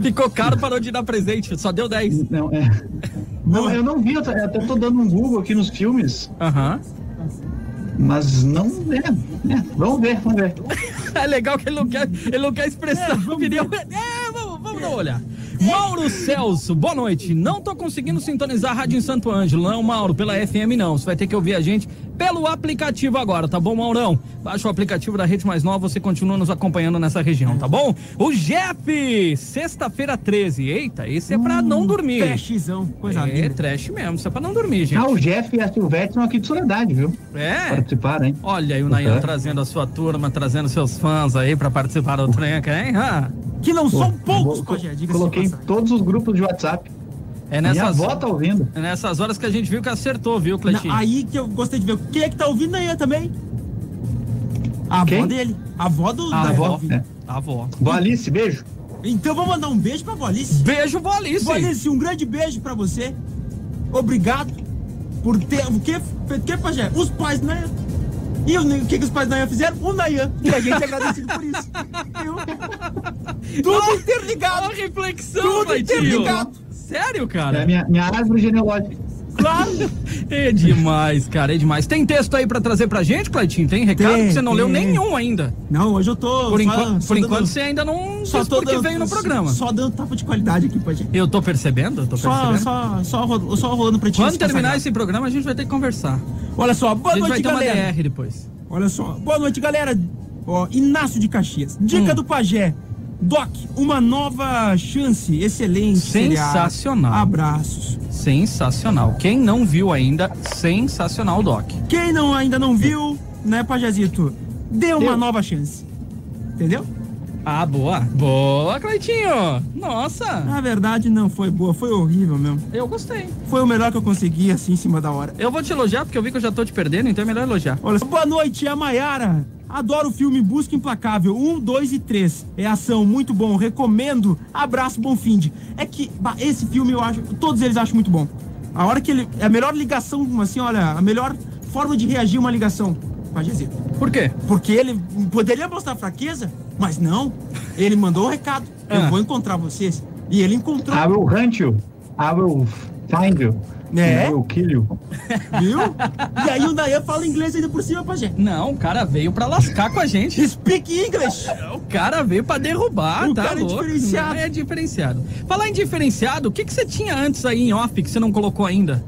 [SPEAKER 3] Ficou caro, parou de dar presente, só deu 10.
[SPEAKER 5] Não, é. Não, eu não vi, eu até eu até tô dando um Google aqui nos filmes,
[SPEAKER 3] Aham.
[SPEAKER 5] mas não é. né? Vamos ver, vamos ver.
[SPEAKER 3] É legal que ele não quer, ele não quer expressar a opinião. É, vamos, vamos dar uma olhada. Mauro Celso, boa noite. Não tô conseguindo sintonizar a rádio em Santo Ângelo, não, Mauro, pela FM não. Você vai ter que ouvir a gente pelo aplicativo agora, tá bom, Maurão? Baixa o aplicativo da Rede Mais Nova, você continua nos acompanhando nessa região, tá bom? O Jeff, sexta-feira 13. Eita, esse é pra não dormir.
[SPEAKER 4] Trashzão, Hum, coisa
[SPEAKER 3] É,
[SPEAKER 4] linda.
[SPEAKER 3] trash mesmo, isso é pra não dormir, gente.
[SPEAKER 5] Ah, o Jeff e a Silvete são aqui de Soledade, viu?
[SPEAKER 4] Tá
[SPEAKER 3] É.
[SPEAKER 5] Participaram, hein?
[SPEAKER 3] Olha aí o Nayan
[SPEAKER 5] Uhum.
[SPEAKER 3] trazendo a sua turma, trazendo seus fãs aí pra participar do Trenca, hein? Ah.
[SPEAKER 4] Que não são poucos,
[SPEAKER 5] Vou-
[SPEAKER 4] Pajé, diga-se de
[SPEAKER 5] Coloquei em
[SPEAKER 4] passagem.
[SPEAKER 5] todos os grupos de WhatsApp.
[SPEAKER 3] É
[SPEAKER 5] Minha
[SPEAKER 3] nessas,
[SPEAKER 5] avó tá ouvindo.
[SPEAKER 3] é nessas horas que a gente viu que acertou, viu,
[SPEAKER 4] Na-
[SPEAKER 3] Cleitinho?
[SPEAKER 4] aí que eu gostei de ver. Quem é que tá ouvindo aí também? A avó
[SPEAKER 5] Quem?
[SPEAKER 4] dele. A avó do.
[SPEAKER 3] A
[SPEAKER 4] da
[SPEAKER 3] Ah, avó.
[SPEAKER 4] Valve.
[SPEAKER 5] É.
[SPEAKER 3] A avó.
[SPEAKER 5] Vó Alice, beijo.
[SPEAKER 4] Então vou mandar um beijo pra Volice.
[SPEAKER 3] Beijo, Volice.
[SPEAKER 4] Volice, um grande beijo pra você. Obrigado por ter. O que, que Pajé? Os pais do Nayan. E o o que, que os pais do Nayan fizeram? O Nayan. E a gente é agradecido por isso.
[SPEAKER 3] *laughs*
[SPEAKER 4] Viu? Tudo interligado.
[SPEAKER 3] Olha a reflexão,
[SPEAKER 4] Tudo
[SPEAKER 3] Cleitinho.
[SPEAKER 4] interligado.
[SPEAKER 3] Sério,
[SPEAKER 5] É a
[SPEAKER 3] cara?
[SPEAKER 5] minha, minha árvore genealógica.
[SPEAKER 4] Claro.
[SPEAKER 3] É demais, cara, é demais. Tem texto aí pra trazer pra gente, Cleitinho? Tem recado
[SPEAKER 4] Tem,
[SPEAKER 3] que você não leu
[SPEAKER 4] tem.
[SPEAKER 3] nenhum ainda.
[SPEAKER 4] Não, hoje eu tô.
[SPEAKER 3] Por,
[SPEAKER 4] só-
[SPEAKER 3] enquanto,
[SPEAKER 4] só
[SPEAKER 3] por
[SPEAKER 4] dando-
[SPEAKER 3] enquanto você ainda não
[SPEAKER 4] Só
[SPEAKER 3] disse
[SPEAKER 4] tô
[SPEAKER 3] por que
[SPEAKER 4] dando,
[SPEAKER 3] veio no programa. Tá
[SPEAKER 4] Só dando tapa de qualidade aqui, Pajé.
[SPEAKER 3] Eu tô percebendo, eu tô
[SPEAKER 4] Só,
[SPEAKER 3] percebendo.
[SPEAKER 4] só, só, ro- só rolando pra ti.
[SPEAKER 3] Quando
[SPEAKER 4] descansar,
[SPEAKER 3] terminar
[SPEAKER 4] cara.
[SPEAKER 3] esse programa, a gente vai ter que conversar.
[SPEAKER 4] Olha só,
[SPEAKER 3] A
[SPEAKER 4] boa
[SPEAKER 3] gente vai
[SPEAKER 4] noite,
[SPEAKER 3] ter uma
[SPEAKER 4] galera.
[SPEAKER 3] DR depois.
[SPEAKER 4] Olha só, boa noite, galera. Ó, Inácio de Caxias. Dica do Pajé. Doc, uma nova chance. Excelente. seriado.
[SPEAKER 3] Sensacional.
[SPEAKER 4] Abraços.
[SPEAKER 3] Sensacional. Quem não viu ainda, sensacional, Doc.
[SPEAKER 4] Quem não, ainda não viu, né, Pajézito? Dê uma nova chance. Entendeu?
[SPEAKER 3] Ah, boa. Boa, Cleitinho. Nossa,
[SPEAKER 4] Na verdade, não foi boa. Foi horrível mesmo.
[SPEAKER 3] eu gostei.
[SPEAKER 4] Foi o melhor que eu consegui, assim, em cima da hora.
[SPEAKER 3] Eu vou te elogiar porque eu vi que eu já tô te perdendo, então é melhor elogiar.
[SPEAKER 4] Olha só. Boa noite, é a Maiara. Adoro o filme Busca Implacável 1, 2 e 3. É ação, muito bom, recomendo. Abraço, bom fim de. É que bah, esse filme eu acho, todos eles acham muito bom. A hora que ele. É a melhor ligação, assim, olha, a melhor forma de reagir a uma ligação. Pajézito.
[SPEAKER 3] Por quê?
[SPEAKER 4] Porque ele poderia mostrar fraqueza, mas não. Ele mandou o recado.
[SPEAKER 3] Ah.
[SPEAKER 4] Eu vou encontrar vocês. E ele encontrou.
[SPEAKER 5] I will hunt you. I will find you.
[SPEAKER 4] É?
[SPEAKER 5] I will kill you.
[SPEAKER 4] Viu? E aí o Nayan fala inglês ainda por cima pra gente.
[SPEAKER 3] Não, o cara veio pra lascar com a *laughs* gente.
[SPEAKER 4] Speak English!
[SPEAKER 3] O cara veio pra derrubar,
[SPEAKER 4] O
[SPEAKER 3] tá
[SPEAKER 4] cara é
[SPEAKER 3] louco?
[SPEAKER 4] diferenciado.
[SPEAKER 3] É diferenciado. Falar em diferenciado, o que, que você tinha antes aí em off que você não colocou ainda?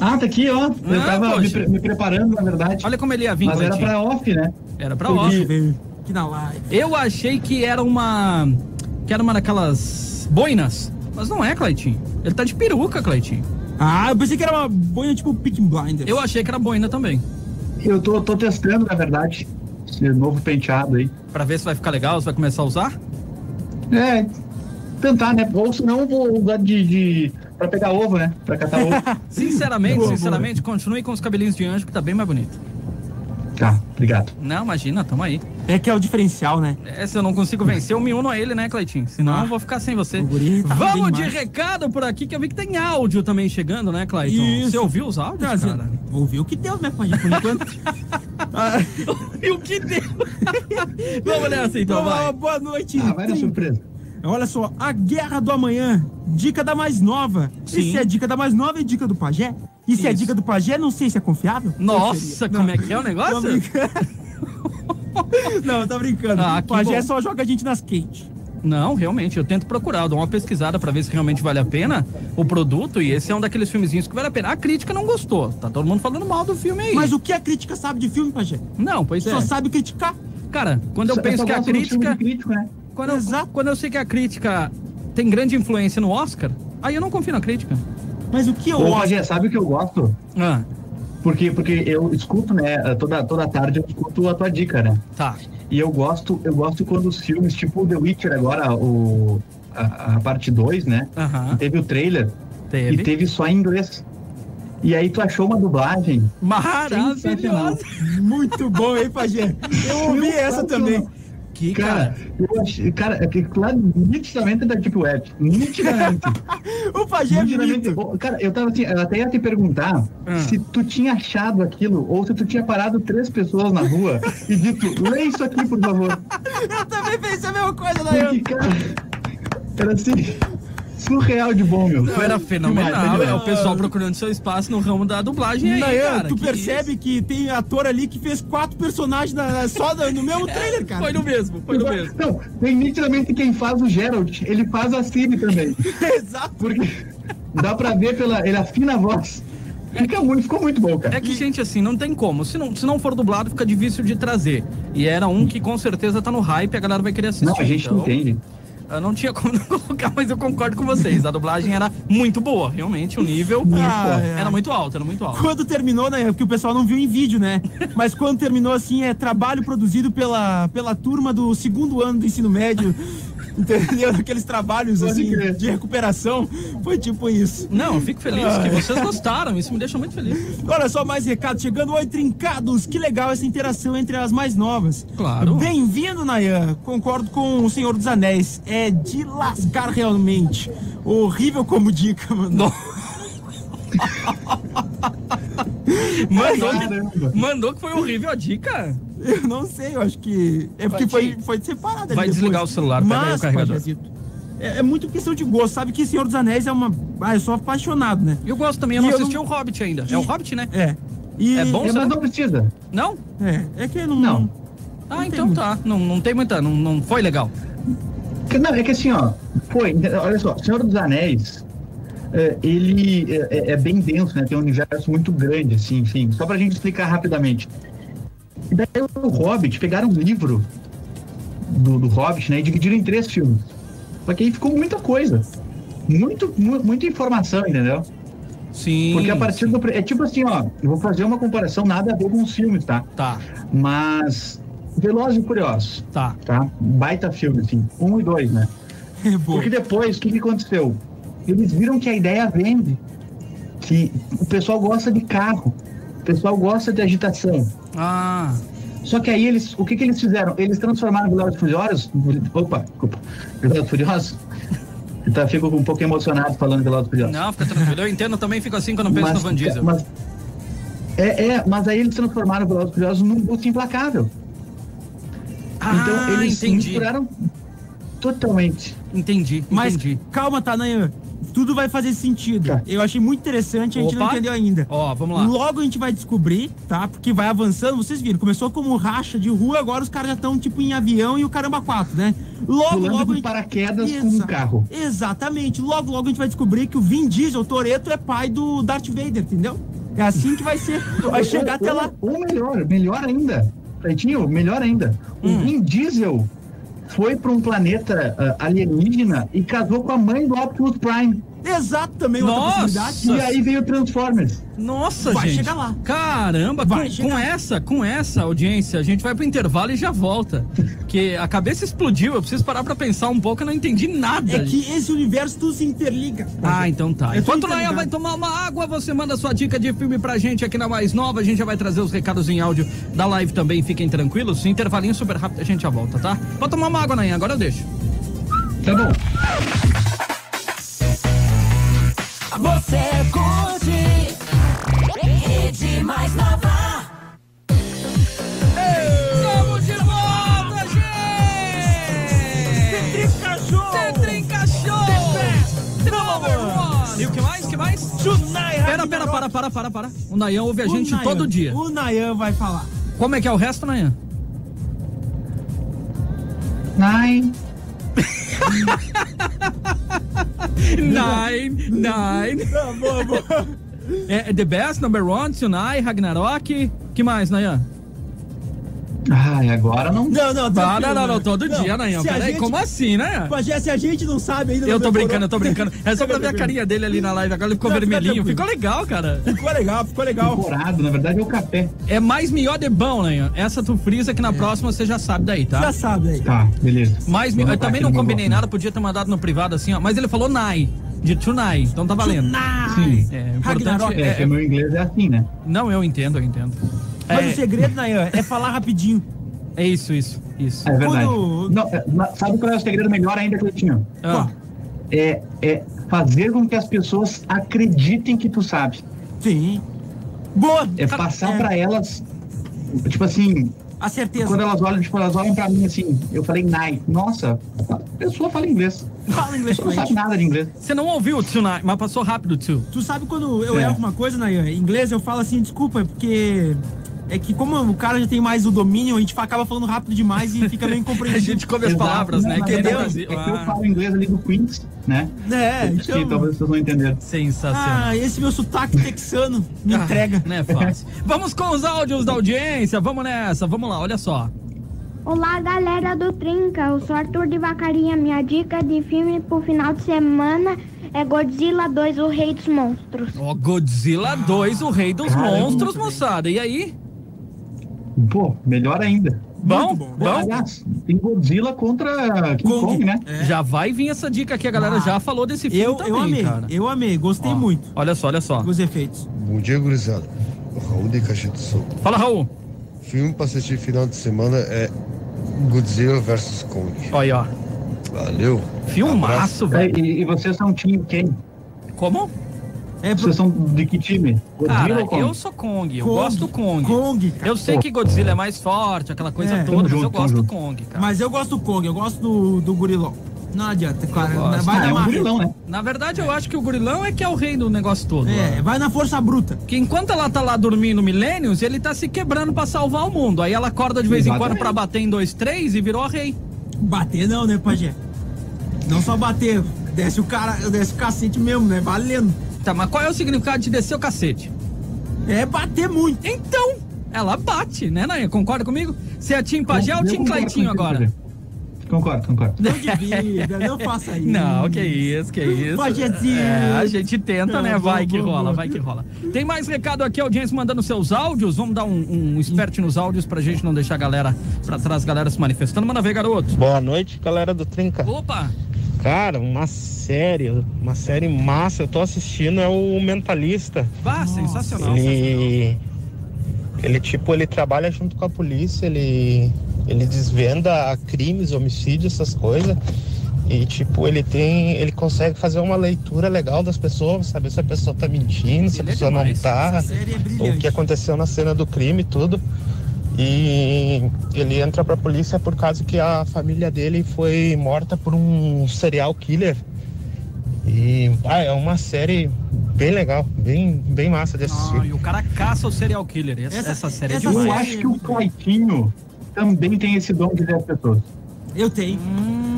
[SPEAKER 5] Ah, tá aqui, ó. Eu
[SPEAKER 3] Ah,
[SPEAKER 5] tava me,
[SPEAKER 3] poxa.
[SPEAKER 5] pre- me preparando, na verdade.
[SPEAKER 3] Olha como ele ia vir,
[SPEAKER 5] mas era
[SPEAKER 3] Cleitinho.
[SPEAKER 5] pra off, né?
[SPEAKER 3] Era pra off.
[SPEAKER 4] Que na live.
[SPEAKER 3] Eu achei que era uma. que era uma daquelas boinas. Mas não é, Cleitinho. Ele tá de peruca, Cleitinho.
[SPEAKER 4] Ah, eu pensei que era uma boina tipo Pick Blinders.
[SPEAKER 3] Eu achei que era boina também.
[SPEAKER 5] Eu tô, tô testando, na verdade. Esse novo penteado aí.
[SPEAKER 3] Pra ver se vai ficar legal, se vai começar a usar.
[SPEAKER 5] É, tentar, né? Ou senão eu vou usar de, de. pra pegar ovo, né? Pra catar
[SPEAKER 3] *laughs*
[SPEAKER 5] ovo.
[SPEAKER 3] Sinceramente,
[SPEAKER 4] Boa, boa.
[SPEAKER 3] sinceramente, continue com os cabelinhos de anjo, que tá bem mais bonito.
[SPEAKER 5] tá, obrigado.
[SPEAKER 3] Não, imagina, tamo aí.
[SPEAKER 4] É que é o diferencial, né?
[SPEAKER 3] É, se eu não consigo vencer, eu me uno a ele, né, Cleitinho? Senão
[SPEAKER 4] Ah,
[SPEAKER 3] eu vou ficar sem você.
[SPEAKER 4] o guri tá
[SPEAKER 3] Vamos
[SPEAKER 4] bem
[SPEAKER 3] de
[SPEAKER 4] mais.
[SPEAKER 3] recado por aqui, que eu vi que tem áudio também chegando, né, Cleiton?
[SPEAKER 4] Isso.
[SPEAKER 3] Você ouviu os áudios, cara?
[SPEAKER 4] Ouviu o que deu, né, Pajé? Por
[SPEAKER 3] *laughs*
[SPEAKER 4] enquanto. Ah,
[SPEAKER 3] e o que
[SPEAKER 4] *laughs*
[SPEAKER 3] deu? Vamos nessa então,
[SPEAKER 4] então,
[SPEAKER 3] vai.
[SPEAKER 4] ó, boa noite.
[SPEAKER 5] Ah, vai na
[SPEAKER 4] Trin-
[SPEAKER 5] surpresa.
[SPEAKER 4] Olha só, a guerra do amanhã, dica da mais nova.
[SPEAKER 3] Sim.
[SPEAKER 4] E se é dica da mais nova, é dica do pajé? E se é
[SPEAKER 3] Isso.
[SPEAKER 4] dica do pajé, não sei se é confiável.
[SPEAKER 3] Nossa, como é que é o
[SPEAKER 4] Não,
[SPEAKER 3] negócio?
[SPEAKER 4] tô brincando.
[SPEAKER 3] *laughs*
[SPEAKER 4] não, tô brincando.
[SPEAKER 3] Ah,
[SPEAKER 4] *laughs*
[SPEAKER 3] que
[SPEAKER 4] pajé
[SPEAKER 3] bom.
[SPEAKER 4] só joga a gente nas quentes.
[SPEAKER 3] Não, realmente, eu tento procurar, eu dou uma pesquisada pra ver se realmente vale a pena o produto, e esse é um daqueles filmezinhos que vale a pena. A crítica não gostou, tá todo mundo falando mal do filme aí.
[SPEAKER 4] Mas o que a crítica sabe de filme, pajé?
[SPEAKER 3] Não, pois
[SPEAKER 4] Só
[SPEAKER 3] é.
[SPEAKER 4] sabe criticar.
[SPEAKER 3] Cara, quando eu
[SPEAKER 5] Só-
[SPEAKER 3] Então penso
[SPEAKER 5] só
[SPEAKER 3] que a
[SPEAKER 5] gosto do filme
[SPEAKER 3] crítica.
[SPEAKER 5] de crítico, né?
[SPEAKER 3] Quando eu,
[SPEAKER 4] Exato.
[SPEAKER 3] quando eu sei que a crítica tem grande influência no Oscar, aí eu não confio na crítica.
[SPEAKER 4] Mas o que eu
[SPEAKER 5] Ô,
[SPEAKER 4] acho?
[SPEAKER 5] Roger, sabe o que eu gosto?
[SPEAKER 3] Ah,
[SPEAKER 5] Porque, porque eu escuto, né? Toda, toda tarde eu escuto a tua dica, né?
[SPEAKER 3] tá.
[SPEAKER 5] E eu gosto, eu gosto quando os filmes, tipo The Witcher agora, o, a, a parte 2, né?
[SPEAKER 3] Aham.
[SPEAKER 5] Teve o trailer
[SPEAKER 3] Teve.
[SPEAKER 5] e teve só em inglês. E aí tu achou uma dublagem.
[SPEAKER 3] Maravilhosa.
[SPEAKER 4] Muito bom, hein, pajé? Eu ouvi essa também.
[SPEAKER 3] Que
[SPEAKER 5] Cara,
[SPEAKER 3] cara.
[SPEAKER 5] eu achei, cara, é que claro, nitidamente é da Deep Web.
[SPEAKER 3] *laughs*
[SPEAKER 5] Nitidamente.
[SPEAKER 4] O pajé é
[SPEAKER 5] nitidamente.
[SPEAKER 4] bonito.
[SPEAKER 5] Ô, Cara, eu tava assim, eu até ia te perguntar
[SPEAKER 3] Ah.
[SPEAKER 5] se tu tinha achado aquilo ou se tu tinha parado três pessoas na rua e dito, lê isso aqui, por favor.
[SPEAKER 4] Eu também pensei a mesma coisa, Leandro.
[SPEAKER 5] Porque, cara, era assim. surreal de bom, meu.
[SPEAKER 3] Não, era fenomenal, é o pessoal procurando seu espaço no ramo da dublagem aí,
[SPEAKER 4] Nayan,
[SPEAKER 3] cara,
[SPEAKER 4] tu
[SPEAKER 3] que
[SPEAKER 4] percebe que tem ator ali que fez quatro personagens na- só no, no mesmo trailer, cara.
[SPEAKER 3] Foi no mesmo, foi no mesmo.
[SPEAKER 5] Não, tem nitidamente quem faz o Geralt, ele faz a
[SPEAKER 3] *laughs*
[SPEAKER 5] Siri também.
[SPEAKER 4] Exato.
[SPEAKER 5] Porque dá pra ver pela. Ele afina a voz. Fica muito, ficou muito bom, cara.
[SPEAKER 3] É que, gente, assim, não tem como. Se não, se não for dublado, fica difícil de trazer. E era um que com certeza tá no hype, a galera vai querer assistir.
[SPEAKER 5] Não, a gente
[SPEAKER 3] então,
[SPEAKER 5] entende.
[SPEAKER 3] Eu não tinha como *laughs* não colocar, mas eu concordo com vocês. A dublagem era muito boa, realmente. O nível
[SPEAKER 4] Ah, é.
[SPEAKER 3] era muito alto, era muito alto.
[SPEAKER 4] Quando terminou, né? Porque o pessoal não viu em vídeo, né? Mas quando terminou, assim, é trabalho produzido pela, pela turma do segundo ano do ensino médio. *laughs* Entendeu? Aqueles trabalhos
[SPEAKER 5] Pode
[SPEAKER 4] assim,
[SPEAKER 5] crer.
[SPEAKER 4] de recuperação. Foi tipo isso.
[SPEAKER 3] Não, eu fico feliz que vocês gostaram. Isso me deixa muito feliz.
[SPEAKER 4] Olha só, mais recado chegando. Oi, trincados. Que legal essa interação entre as mais novas.
[SPEAKER 3] Claro.
[SPEAKER 4] Bem-vindo, Nayan. Concordo com o Senhor dos Anéis. É de lascar realmente. Horrível como dica, mano.
[SPEAKER 3] No- mandou,
[SPEAKER 5] Caramba.
[SPEAKER 3] que, mandou que foi horrível a dica.
[SPEAKER 4] Eu não sei, eu acho que. É porque foi, foi separado ali
[SPEAKER 3] Vai
[SPEAKER 4] depois.
[SPEAKER 3] desligar o celular, pega aí o
[SPEAKER 4] Mas,
[SPEAKER 3] carregador.
[SPEAKER 4] Pajazito, É, é muito questão de gosto. Sabe que Senhor dos Anéis é uma. Ah, eu sou apaixonado, né?
[SPEAKER 3] Eu gosto também, eu não
[SPEAKER 4] E eu
[SPEAKER 3] assisti
[SPEAKER 4] não-
[SPEAKER 3] o Hobbit ainda. É o Hobbit, né?
[SPEAKER 4] É. E-
[SPEAKER 3] É bom?
[SPEAKER 5] É, mas não precisa.
[SPEAKER 3] Não?
[SPEAKER 4] É, é que eu não.
[SPEAKER 5] Não.
[SPEAKER 3] Ah,
[SPEAKER 4] tem
[SPEAKER 3] então
[SPEAKER 4] muito.
[SPEAKER 3] tá. Não, não tem muita. Não, não foi legal.
[SPEAKER 5] Que- Não, é que assim, ó, foi, olha só, Senhor dos Anéis, é, ele é- é, é bem denso, né? Tem um universo muito grande, assim, enfim. Só pra gente explicar rapidamente. E daí o Hobbit, pegaram um livro do, do Hobbit, né? E dividiram em três filmes. Só que aí ficou muita coisa. Muito, mu- muita informação, entendeu?
[SPEAKER 3] Sim.
[SPEAKER 5] Porque a partir
[SPEAKER 3] sim.
[SPEAKER 5] do. pre- É tipo assim, ó, eu vou fazer uma comparação nada a ver com os filmes, tá?
[SPEAKER 3] Tá,
[SPEAKER 5] Mas. Velozes e Curiosos,
[SPEAKER 3] tá.
[SPEAKER 5] tá? Baita filme, assim. Um e dois, né?
[SPEAKER 4] *laughs* É bom.
[SPEAKER 5] Porque depois, o que, que aconteceu? Eles viram que a ideia vende. Que o pessoal gosta de carro. O pessoal gosta de agitação.
[SPEAKER 3] Ah,
[SPEAKER 5] Só que aí eles, o que, que eles fizeram? Eles transformaram Velozes e Furiosos. Opa, desculpa. Velozes e Furiosos. *laughs* Tá, fico um pouco emocionado falando de Velozes e Furiosos.
[SPEAKER 3] não, fica tranquilo. Eu entendo, eu também fico assim quando eu penso no Van Diesel.
[SPEAKER 5] mas- é, é, mas aí eles transformaram Velozes e Furiosos num busca implacável.
[SPEAKER 3] ah,
[SPEAKER 5] então eles
[SPEAKER 3] entendi.
[SPEAKER 5] misturaram totalmente.
[SPEAKER 3] Entendi,
[SPEAKER 4] Mas
[SPEAKER 3] entendi.
[SPEAKER 4] calma, tá, Nayan. Tudo vai fazer sentido.
[SPEAKER 5] Tá.
[SPEAKER 4] Eu achei muito interessante, a gente não
[SPEAKER 3] Opa.
[SPEAKER 4] entendeu ainda.
[SPEAKER 3] Ó, vamos lá.
[SPEAKER 4] Logo a gente vai descobrir, tá? Porque vai avançando, vocês viram, começou como racha de rua, agora os caras já estão tipo em avião e o caramba quatro, né? Logo,
[SPEAKER 5] Pulando
[SPEAKER 4] logo. a
[SPEAKER 5] de
[SPEAKER 4] gente-
[SPEAKER 5] paraquedas com um
[SPEAKER 4] Exa-
[SPEAKER 5] carro.
[SPEAKER 4] Exatamente. Logo, logo a gente vai descobrir que o Vin Diesel, o Toreto, é pai do Darth Vader, entendeu? É assim que
[SPEAKER 3] *laughs*
[SPEAKER 4] vai ser. Vai chegar até lá.
[SPEAKER 5] Ou melhor, melhor ainda. Pretinho, melhor ainda. O Vin Diesel foi para um planeta ah, alienígena e casou com a mãe do Optimus Prime.
[SPEAKER 4] Exato, também outra
[SPEAKER 3] Nossa!
[SPEAKER 4] possibilidade. né?
[SPEAKER 5] E
[SPEAKER 3] Nossa.
[SPEAKER 5] aí veio Transformers.
[SPEAKER 3] Nossa,
[SPEAKER 4] Vai
[SPEAKER 3] gente.
[SPEAKER 4] chegar lá.
[SPEAKER 3] Caramba,
[SPEAKER 4] Vai
[SPEAKER 3] com,
[SPEAKER 4] chegar.
[SPEAKER 3] com essa, com essa audiência, a gente vai pro intervalo e já volta. Porque a cabeça explodiu, eu preciso parar pra pensar um pouco, eu não entendi nada.
[SPEAKER 4] É que esse universo tudo se interliga.
[SPEAKER 3] Ah, então tá.
[SPEAKER 4] Eu tô
[SPEAKER 3] Enquanto o Nayan
[SPEAKER 4] entendendo.
[SPEAKER 3] vai tomar uma água, você manda sua dica de filme pra gente aqui na Mais Nova. A gente já vai trazer os recados em áudio da live também, fiquem tranquilos. Intervalinho super rápido, a gente já volta, tá? Pode tomar uma água, Nayan, agora eu deixo.
[SPEAKER 5] Tá bom.
[SPEAKER 6] Você curte Rede Mais Nova.
[SPEAKER 3] Estamos de volta, gente! Trinca Show! E o que mais? que mais? Pera, pera, para, para, para, para. O Nayan ouve a gente todo dia.
[SPEAKER 4] O Nayan vai falar.
[SPEAKER 3] Como é que é o resto, Nayan?
[SPEAKER 4] *laughs*
[SPEAKER 5] Nine.
[SPEAKER 3] Nine, nine. É, é The Best, Number One, Tsunai, Ragnarok. Que mais, Nayan?
[SPEAKER 5] Ai, agora não.
[SPEAKER 4] Não, não,
[SPEAKER 3] Não, não, não,
[SPEAKER 4] tranquilo,
[SPEAKER 3] não,
[SPEAKER 4] Nayan.
[SPEAKER 3] todo
[SPEAKER 4] né? Não,
[SPEAKER 3] dia, Nayan.
[SPEAKER 4] se a
[SPEAKER 3] Peraí,
[SPEAKER 4] gente-
[SPEAKER 3] como assim, né?
[SPEAKER 4] Pajé, se a gente não sabe ainda.
[SPEAKER 3] Eu
[SPEAKER 4] não
[SPEAKER 3] tô brincando, eu tô
[SPEAKER 4] decorou.
[SPEAKER 3] brincando. É só pra ver a
[SPEAKER 4] Fica
[SPEAKER 3] carinha dele ali na live. Agora ele ficou
[SPEAKER 4] Não, fica
[SPEAKER 3] vermelhinho.
[SPEAKER 4] tranquilo.
[SPEAKER 3] Ficou legal, cara.
[SPEAKER 4] Ficou legal, ficou legal.
[SPEAKER 5] Corado, na verdade é o café.
[SPEAKER 3] É mais melhor de bom, Nayan. Essa tu frisa que na próxima você já sabe daí, tá?
[SPEAKER 4] Já sabe né? aí.
[SPEAKER 5] Tá, beleza.
[SPEAKER 3] Mas eu também
[SPEAKER 5] Vamos tá aqui
[SPEAKER 3] não
[SPEAKER 5] no
[SPEAKER 3] combinei
[SPEAKER 5] negócio.
[SPEAKER 3] nada, podia ter mandado no privado assim, ó. Mas ele falou Nai, de Tunai, então tá valendo.
[SPEAKER 4] Tunai.
[SPEAKER 3] Sim, é o importante.
[SPEAKER 4] Ragnarok.
[SPEAKER 3] é-
[SPEAKER 5] É, que meu inglês é assim, né?
[SPEAKER 3] não, eu entendo, eu entendo.
[SPEAKER 4] Mas
[SPEAKER 3] É,
[SPEAKER 4] o segredo, Nayan, é falar rapidinho.
[SPEAKER 3] é isso, isso, isso.
[SPEAKER 5] É verdade.
[SPEAKER 4] Quando-
[SPEAKER 5] Não, é, mas sabe qual é o segredo melhor ainda, Cleitinho?
[SPEAKER 3] Ah,
[SPEAKER 5] É, é fazer com que as pessoas acreditem que tu sabe.
[SPEAKER 4] Sim. Boa.
[SPEAKER 5] É passar
[SPEAKER 4] É.
[SPEAKER 5] pra elas, tipo assim,
[SPEAKER 4] A certeza.
[SPEAKER 5] Quando elas olham, tipo, elas olham pra mim assim, eu falei Nike. Nossa, a pessoa fala inglês.
[SPEAKER 4] Fala inglês
[SPEAKER 5] Não sabe
[SPEAKER 4] fluente.
[SPEAKER 5] nada de inglês.
[SPEAKER 3] Você não ouviu o Tonight, mas passou rápido o Tio.
[SPEAKER 4] Tu sabe quando eu
[SPEAKER 5] É.
[SPEAKER 4] erro alguma coisa, Nayan, em inglês, eu falo assim, desculpa, é porque. É que como o cara já tem mais o domínio, a gente acaba falando rápido demais
[SPEAKER 3] *laughs*
[SPEAKER 4] e fica meio
[SPEAKER 3] A
[SPEAKER 4] incompreendido.
[SPEAKER 3] gente come as
[SPEAKER 5] Exato.
[SPEAKER 3] palavras,
[SPEAKER 5] Não,
[SPEAKER 3] né?
[SPEAKER 5] mas
[SPEAKER 3] Que nem
[SPEAKER 5] entendeu?
[SPEAKER 3] no
[SPEAKER 5] É
[SPEAKER 3] Brasil.
[SPEAKER 5] que eu
[SPEAKER 3] Ah,
[SPEAKER 5] falo inglês ali do Queens, né?
[SPEAKER 4] É,
[SPEAKER 5] Acho que
[SPEAKER 4] então...
[SPEAKER 5] talvez assim, né? vocês não entenderam.
[SPEAKER 3] sensacional.
[SPEAKER 4] Ah, esse meu sotaque texano me entrega.
[SPEAKER 3] Não é fácil. Vamos com os áudios da audiência, vamos nessa, vamos lá, olha só.
[SPEAKER 7] Olá, galera do Trinca. Eu sou Arthur de Vacaria. Minha dica de filme pro final de semana é Godzilla 2, o Rei dos Monstros.
[SPEAKER 3] Ó, Godzilla 2, o rei dos
[SPEAKER 5] Caramba,
[SPEAKER 3] monstros,
[SPEAKER 5] muito bem.
[SPEAKER 3] moçada. E aí?
[SPEAKER 5] Pô, melhor ainda.
[SPEAKER 3] Bom?
[SPEAKER 4] bom.
[SPEAKER 5] Bom,
[SPEAKER 3] Bom?
[SPEAKER 5] aliás, tem Godzilla contra King
[SPEAKER 4] Kong.
[SPEAKER 5] Kong, né?
[SPEAKER 4] É.
[SPEAKER 3] Já vai vir essa dica aqui, a galera
[SPEAKER 4] Ah,
[SPEAKER 3] já falou desse filme
[SPEAKER 4] Eu,
[SPEAKER 3] também,
[SPEAKER 4] eu amei,
[SPEAKER 3] tá cara.
[SPEAKER 4] eu amei, gostei
[SPEAKER 3] Ó,
[SPEAKER 4] muito
[SPEAKER 3] Olha só, olha só.
[SPEAKER 4] dos efeitos.
[SPEAKER 8] Bom dia, gurizada. O Raul de Caxias do Sul.
[SPEAKER 3] Fala, Raul.
[SPEAKER 8] Filme pra assistir final de semana é Godzilla vs Kong.
[SPEAKER 3] Olha aí, ó.
[SPEAKER 8] Valeu.
[SPEAKER 3] Filmaço,
[SPEAKER 5] É,
[SPEAKER 3] velho.
[SPEAKER 5] E, e vocês são time quem?
[SPEAKER 3] Como?
[SPEAKER 4] É pro
[SPEAKER 5] Vocês são de que time?
[SPEAKER 3] Cara,
[SPEAKER 5] Godzilla ou
[SPEAKER 3] eu
[SPEAKER 5] Kong?
[SPEAKER 3] sou Kong, eu
[SPEAKER 4] Kong.
[SPEAKER 3] gosto do Kong.
[SPEAKER 4] Kong, cara.
[SPEAKER 3] Eu sei que Godzilla é mais forte, aquela coisa
[SPEAKER 4] É,
[SPEAKER 3] toda,
[SPEAKER 5] tamo
[SPEAKER 3] mas eu
[SPEAKER 5] junto,
[SPEAKER 3] gosto do
[SPEAKER 5] tamo
[SPEAKER 3] Kong, cara.
[SPEAKER 4] Mas eu gosto do Kong, eu gosto do, do gurilão. Não adianta, cara.
[SPEAKER 3] gosto.
[SPEAKER 4] Vai
[SPEAKER 5] Ah,
[SPEAKER 4] na
[SPEAKER 5] é um
[SPEAKER 4] marra.
[SPEAKER 5] gurilão, né?
[SPEAKER 3] Na verdade, eu acho que o gorilão é que é o rei do negócio todo. né?
[SPEAKER 4] É, vai na força bruta.
[SPEAKER 3] Que enquanto ela tá lá dormindo milênios, ele tá se quebrando pra salvar o mundo. Aí ela acorda de vez em quando
[SPEAKER 5] Exatamente.
[SPEAKER 3] pra bater em dois, três e virou a rei.
[SPEAKER 4] Bater não, né, Pajé? Não só bater, desce o cara, desce o cacete mesmo, né? Valendo.
[SPEAKER 3] Tá, mas qual é o significado de descer o cacete?
[SPEAKER 4] É bater muito.
[SPEAKER 3] Então, ela bate, né, Nayan? Concorda comigo? Se é a Tim Pajé ou
[SPEAKER 5] Eu
[SPEAKER 3] Tim
[SPEAKER 5] concordo
[SPEAKER 3] Claitinho
[SPEAKER 5] com
[SPEAKER 3] agora?
[SPEAKER 5] você, Pedro. Concordo, concordo.
[SPEAKER 4] Não divida,
[SPEAKER 3] *laughs*
[SPEAKER 4] não faça isso.
[SPEAKER 3] Não, que isso, que isso.
[SPEAKER 4] Pajezinho.
[SPEAKER 3] É, a gente tenta,
[SPEAKER 4] Não,
[SPEAKER 3] né?
[SPEAKER 4] boa,
[SPEAKER 3] Vai que
[SPEAKER 4] boa,
[SPEAKER 3] rola,
[SPEAKER 4] boa.
[SPEAKER 3] vai que rola. Tem mais recado aqui, audiência mandando seus áudios. Vamos dar um, um esperte nos áudios pra gente não deixar a galera pra trás, a galera se manifestando. Manda ver, garoto.
[SPEAKER 9] Boa noite, galera do Trinca.
[SPEAKER 3] Opa!
[SPEAKER 9] Cara, uma série, uma série massa, eu tô assistindo, é o Mentalista.
[SPEAKER 3] Vá, sensacional.
[SPEAKER 9] Ele. Ele, tipo, ele trabalha junto com a polícia, ele. Ele desvenda crimes, homicídios, essas coisas. E, tipo, ele tem. Ele consegue fazer uma leitura legal das pessoas, saber se a pessoa tá mentindo, se a
[SPEAKER 3] Ele é
[SPEAKER 9] pessoa não
[SPEAKER 3] demais.
[SPEAKER 9] tá.
[SPEAKER 4] Essa série é
[SPEAKER 9] o que
[SPEAKER 4] brilhante.
[SPEAKER 9] aconteceu na cena do crime e tudo. E ele entra pra polícia por causa que a família dele foi morta por um serial killer. E ah, é uma série bem legal, bem, bem massa de assistir.
[SPEAKER 3] Ah, e o cara caça o serial killer. Essa,
[SPEAKER 4] Essa-
[SPEAKER 3] essa série
[SPEAKER 4] essa
[SPEAKER 3] é
[SPEAKER 5] Eu
[SPEAKER 4] série-
[SPEAKER 3] demais.
[SPEAKER 5] acho que o Claitinho também tem esse dom de ver as pessoas.
[SPEAKER 4] Eu tenho.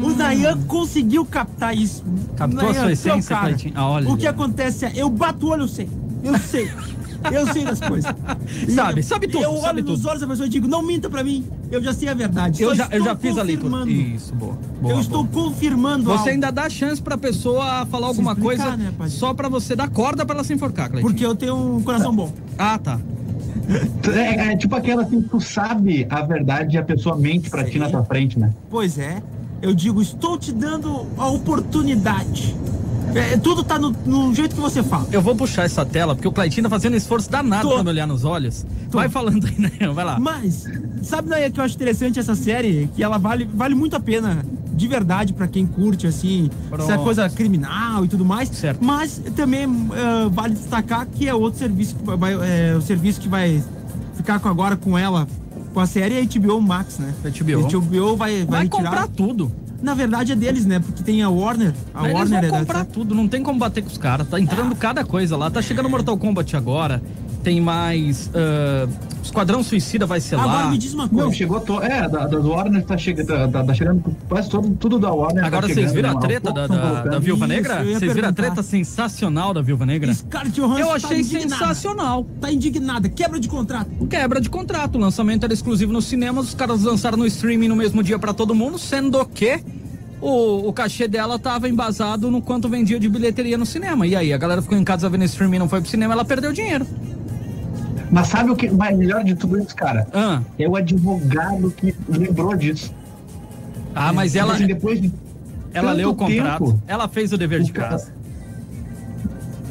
[SPEAKER 4] O Nayan conseguiu captar isso.
[SPEAKER 3] Hum. Captou a sua
[SPEAKER 4] seu
[SPEAKER 3] essência,
[SPEAKER 4] é cara.
[SPEAKER 3] Cleitinho? Ah, olha.
[SPEAKER 4] O que acontece é, eu bato o olho, eu sei. Eu sei. Eu sei das coisas.
[SPEAKER 3] *laughs*
[SPEAKER 4] E
[SPEAKER 3] Sabe,
[SPEAKER 4] eu-
[SPEAKER 3] sabe tudo,
[SPEAKER 4] Eu olho
[SPEAKER 3] sabe
[SPEAKER 4] nos
[SPEAKER 3] tudo.
[SPEAKER 4] olhos da pessoa e digo, não minta pra mim. Eu já sei a verdade.
[SPEAKER 3] Eu
[SPEAKER 4] Só
[SPEAKER 3] já, eu
[SPEAKER 4] estou
[SPEAKER 3] já fiz a leitura.
[SPEAKER 4] confirmando.
[SPEAKER 3] Isso, boa. boa,
[SPEAKER 4] eu
[SPEAKER 3] boa.
[SPEAKER 4] estou confirmando algo.
[SPEAKER 3] Você ainda dá chance pra pessoa falar alguma
[SPEAKER 4] explicar,
[SPEAKER 3] coisa
[SPEAKER 4] né, Padre?
[SPEAKER 3] só pra você dar corda pra ela se enforcar, Cleitinho.
[SPEAKER 4] Porque eu tenho um coração bom.
[SPEAKER 3] Ah, tá.
[SPEAKER 5] É, é tipo aquela assim, tu sabe a verdade e a pessoa mente pra ti na tua frente, né?
[SPEAKER 4] Pois é. Eu digo, estou te dando a oportunidade. É, tudo tá no, no jeito que você fala.
[SPEAKER 3] Eu vou puxar essa tela, porque o Claitinho tá fazendo um esforço danado
[SPEAKER 4] Tô.
[SPEAKER 3] pra me olhar nos olhos. Vai falando aí, né? Vai lá.
[SPEAKER 4] Mas, sabe daí que eu acho interessante essa série? Que ela vale, vale muito a pena, de verdade, pra quem curte, assim, essa
[SPEAKER 3] Pronto.
[SPEAKER 4] coisa criminal e tudo mais.
[SPEAKER 3] Certo.
[SPEAKER 4] Mas também eh, vale destacar que é outro serviço que vai, é, o serviço que vai ficar com agora com ela, com a série, é a HBO Max, né?
[SPEAKER 3] HBO.
[SPEAKER 4] HBO vai, vai,
[SPEAKER 3] Vai
[SPEAKER 4] retirar.
[SPEAKER 3] comprar tudo.
[SPEAKER 4] Na verdade é deles, né? Porque tem a Warner. A
[SPEAKER 3] Eles
[SPEAKER 4] Warner Ah. é
[SPEAKER 3] vão
[SPEAKER 4] da-
[SPEAKER 3] comprar tudo, não tem como bater com os caras. Tá entrando cada coisa lá. Tá chegando Mortal Kombat agora. Tem mais. ah, Esquadrão Suicida vai ser
[SPEAKER 4] Agora
[SPEAKER 3] lá.
[SPEAKER 4] me diz uma coisa.
[SPEAKER 5] Não, chegou. To... É, da, das Warner tá, chega... tá, tá- tá chegando quase todo, tudo da Warner. tá
[SPEAKER 3] Agora vocês
[SPEAKER 5] chegando,
[SPEAKER 3] viram a
[SPEAKER 5] né?
[SPEAKER 3] treta da,
[SPEAKER 5] Poucos tão né?
[SPEAKER 3] da- da
[SPEAKER 5] colocando.
[SPEAKER 3] Viúva
[SPEAKER 4] Isso,
[SPEAKER 3] Negra?
[SPEAKER 4] eu ia
[SPEAKER 3] Vocês viram a
[SPEAKER 4] perguntar.
[SPEAKER 3] treta sensacional da Viúva Negra?
[SPEAKER 4] Scarlett Johansson
[SPEAKER 3] Eu
[SPEAKER 4] tá
[SPEAKER 3] achei
[SPEAKER 4] indignada.
[SPEAKER 3] sensacional.
[SPEAKER 4] Tá indignada. Quebra de contrato. *laughs*
[SPEAKER 3] Quebra de contrato, o lançamento era exclusivo nos cinemas, os caras lançaram no streaming no mesmo dia pra todo mundo, sendo que o, o cachê dela tava embasado no quanto vendia de bilheteria no cinema. E aí, a galera ficou em casa vendo streaming, não foi pro cinema, ela perdeu dinheiro.
[SPEAKER 5] Mas sabe o que mas melhor de tudo isso, cara?
[SPEAKER 3] Ah,
[SPEAKER 5] É o advogado que lembrou disso.
[SPEAKER 3] ah mas ela,
[SPEAKER 5] Assim, depois de
[SPEAKER 3] ela
[SPEAKER 5] tanto
[SPEAKER 3] leu o contrato,
[SPEAKER 5] tempo,
[SPEAKER 3] ela fez o dever de
[SPEAKER 5] o cara-
[SPEAKER 3] casa.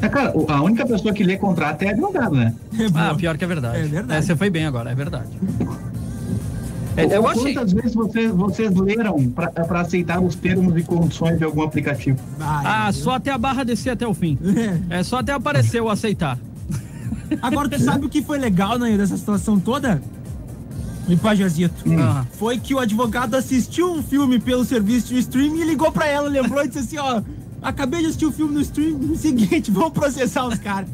[SPEAKER 5] É, cara, o- a única pessoa que lê contrato é advogado, né?
[SPEAKER 3] Ah, pior que é verdade.
[SPEAKER 4] É verdade.
[SPEAKER 3] É, você foi bem agora, é verdade. É,
[SPEAKER 5] Ou
[SPEAKER 3] eu achei.
[SPEAKER 5] Quantas vezes vocês, vocês leram pra é, pra aceitar os termos e condições de algum aplicativo?
[SPEAKER 4] Ah, *laughs*
[SPEAKER 3] Ah, só até a barra descer até o fim. É só até aparecer o aceitar.
[SPEAKER 4] Agora, tu sabe o que foi legal, né, dessa situação toda? em Pajarzito.
[SPEAKER 3] Ah.
[SPEAKER 4] Foi que o advogado assistiu um filme pelo serviço de streaming e ligou pra ela, lembrou e disse assim, ó, acabei de assistir o filme no streaming, *laughs* seguinte, vamos processar os caras.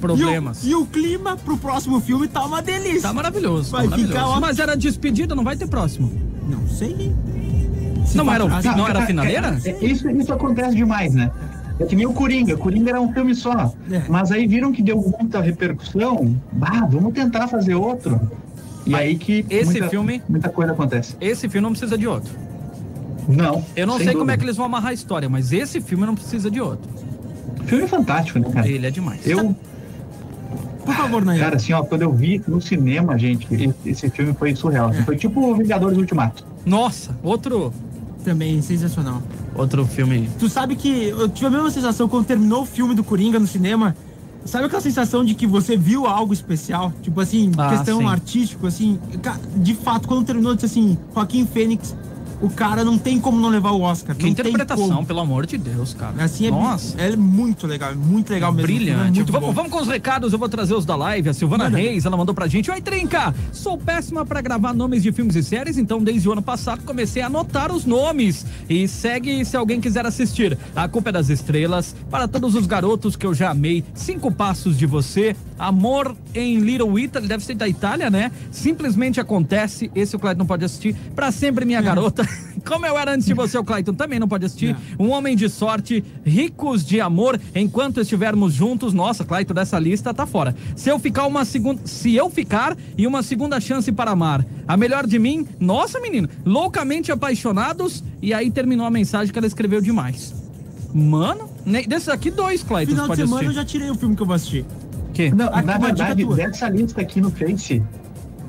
[SPEAKER 3] Problemas.
[SPEAKER 4] E o, e o clima pro próximo filme tá uma delícia.
[SPEAKER 3] Tá maravilhoso.
[SPEAKER 4] Vai
[SPEAKER 3] tá maravilhoso.
[SPEAKER 4] ficar ótimo.
[SPEAKER 3] Mas era despedida, não vai ter próximo.
[SPEAKER 4] Não sei. Tá,
[SPEAKER 3] Não era, o- Ah, não era a finaleira?
[SPEAKER 5] É, Isso, isso acontece demais, né? É que nem o Coringa. Coringa era um filme só.
[SPEAKER 4] É.
[SPEAKER 5] Mas aí viram que deu muita repercussão. Bah, vamos tentar fazer outro. E aí que
[SPEAKER 3] Esse
[SPEAKER 5] muita,
[SPEAKER 3] filme-
[SPEAKER 5] muita coisa acontece.
[SPEAKER 3] Esse filme não precisa de outro.
[SPEAKER 5] Não.
[SPEAKER 3] Eu não
[SPEAKER 5] sem
[SPEAKER 3] sei como
[SPEAKER 5] dúvida.
[SPEAKER 3] é que eles vão amarrar a história, mas esse filme não precisa de outro.
[SPEAKER 5] Filme fantástico, né, cara?
[SPEAKER 3] Ele é demais.
[SPEAKER 5] Eu,
[SPEAKER 4] Por favor, Nayan.
[SPEAKER 5] cara, assim, ó, quando eu vi no cinema, gente, esse- esse filme foi surreal. assim. Foi tipo o Vingadores Ultimato.
[SPEAKER 3] Nossa, outro,
[SPEAKER 4] Também, sensacional.
[SPEAKER 3] outro filme.
[SPEAKER 4] Tu sabe que eu tive a mesma sensação quando terminou o filme do Coringa no cinema. Sabe aquela sensação de que você viu algo especial? Tipo assim,
[SPEAKER 3] Ah,
[SPEAKER 4] questão
[SPEAKER 3] sim.
[SPEAKER 4] artístico, assim. ca- De fato, quando terminou, eu disse assim, Joaquim Fênix, o cara não tem como não levar o Oscar.
[SPEAKER 3] Que
[SPEAKER 4] não tem
[SPEAKER 3] interpretação,
[SPEAKER 4] como.
[SPEAKER 3] pelo amor de Deus, cara.
[SPEAKER 4] Assim, é,
[SPEAKER 3] Nossa.
[SPEAKER 4] Nossa. é muito legal, é muito legal mesmo. É
[SPEAKER 3] Brilhante.
[SPEAKER 4] muito
[SPEAKER 3] vamos,
[SPEAKER 4] bom.
[SPEAKER 3] vamos com os recados, eu vou trazer os da live. A Silvana Reis, ela mandou pra gente. Oi, Trinca! Sou péssima pra gravar nomes de filmes e séries, então desde o ano passado comecei a anotar os nomes. E segue se alguém quiser assistir. A Culpa é das Estrelas, para todos os garotos que eu já amei, Cinco Passos de Você, Amor em Little Italy, deve ser da Itália, né? Simplesmente acontece, esse o Clayton não pode assistir. Pra sempre,
[SPEAKER 4] Hum.
[SPEAKER 3] minha garota. *laughs* Como eu era antes de você, o Clayton também não pode assistir. Um Homem de Sorte, Ricos de Amor, enquanto estivermos juntos. Nossa, Clayton, dessa lista tá fora. Se eu ficar uma segunda. Se eu ficar e uma segunda chance para amar. A melhor de mim, nossa, menino. Loucamente apaixonados. E aí terminou a mensagem que ela escreveu demais. Mano, ne- desses aqui, dois, Clayton,
[SPEAKER 4] Final de
[SPEAKER 3] pode
[SPEAKER 4] semana eu
[SPEAKER 3] assistir.
[SPEAKER 4] já tirei o filme que eu vou assistir.
[SPEAKER 3] Ah, Que?
[SPEAKER 5] Não,
[SPEAKER 4] Aqui,
[SPEAKER 5] na
[SPEAKER 4] uma dica
[SPEAKER 5] verdade,
[SPEAKER 4] tua.
[SPEAKER 5] dessa lista aqui no Face,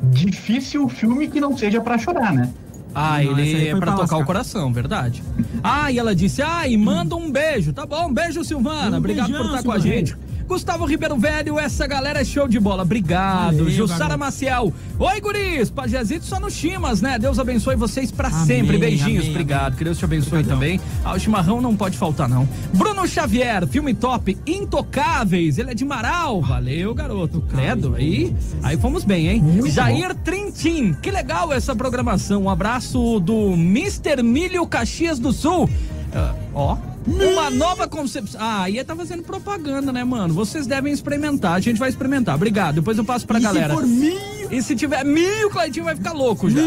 [SPEAKER 5] difícil filme que não seja pra chorar, né?
[SPEAKER 3] Ah,
[SPEAKER 4] Não,
[SPEAKER 3] ele
[SPEAKER 4] essa aí
[SPEAKER 3] é pra
[SPEAKER 4] foi pra
[SPEAKER 3] tocar
[SPEAKER 4] lascar.
[SPEAKER 3] o coração, verdade. Ah, e ela disse, ah, e manda um beijo. Tá bom, um beijo, Silvana.
[SPEAKER 4] Um
[SPEAKER 3] Obrigado
[SPEAKER 4] beijão,
[SPEAKER 3] por estar com a
[SPEAKER 4] Silvana.
[SPEAKER 3] gente. Gustavo Ribeiro Velho, essa galera é show de bola. Obrigado.
[SPEAKER 4] Valeu,
[SPEAKER 3] Jussara
[SPEAKER 4] garoto.
[SPEAKER 3] Maciel. Oi, guris. Pajazito só no Chimas, né? Deus abençoe vocês pra
[SPEAKER 4] Amém,
[SPEAKER 3] sempre. Beijinhos.
[SPEAKER 4] amém,
[SPEAKER 3] Obrigado. Que Deus te abençoe também. Ah, o chimarrão não pode faltar, não. Bruno Xavier, filme top, Intocáveis. Ele é de Marau. Valeu, garoto. Credo. Aí, aí fomos bem, hein? Jair Trintin. Que legal essa programação. Um abraço do Mr. Milho Caxias do Sul. Ah, ó. Uma nova concepção. Ah, aí tá fazendo propaganda, né, mano? Vocês devem experimentar. A gente vai experimentar. Obrigado. Depois eu passo pra
[SPEAKER 4] E
[SPEAKER 3] galera.
[SPEAKER 4] se for mim,
[SPEAKER 3] E se tiver mil, o Claudinho vai ficar louco já.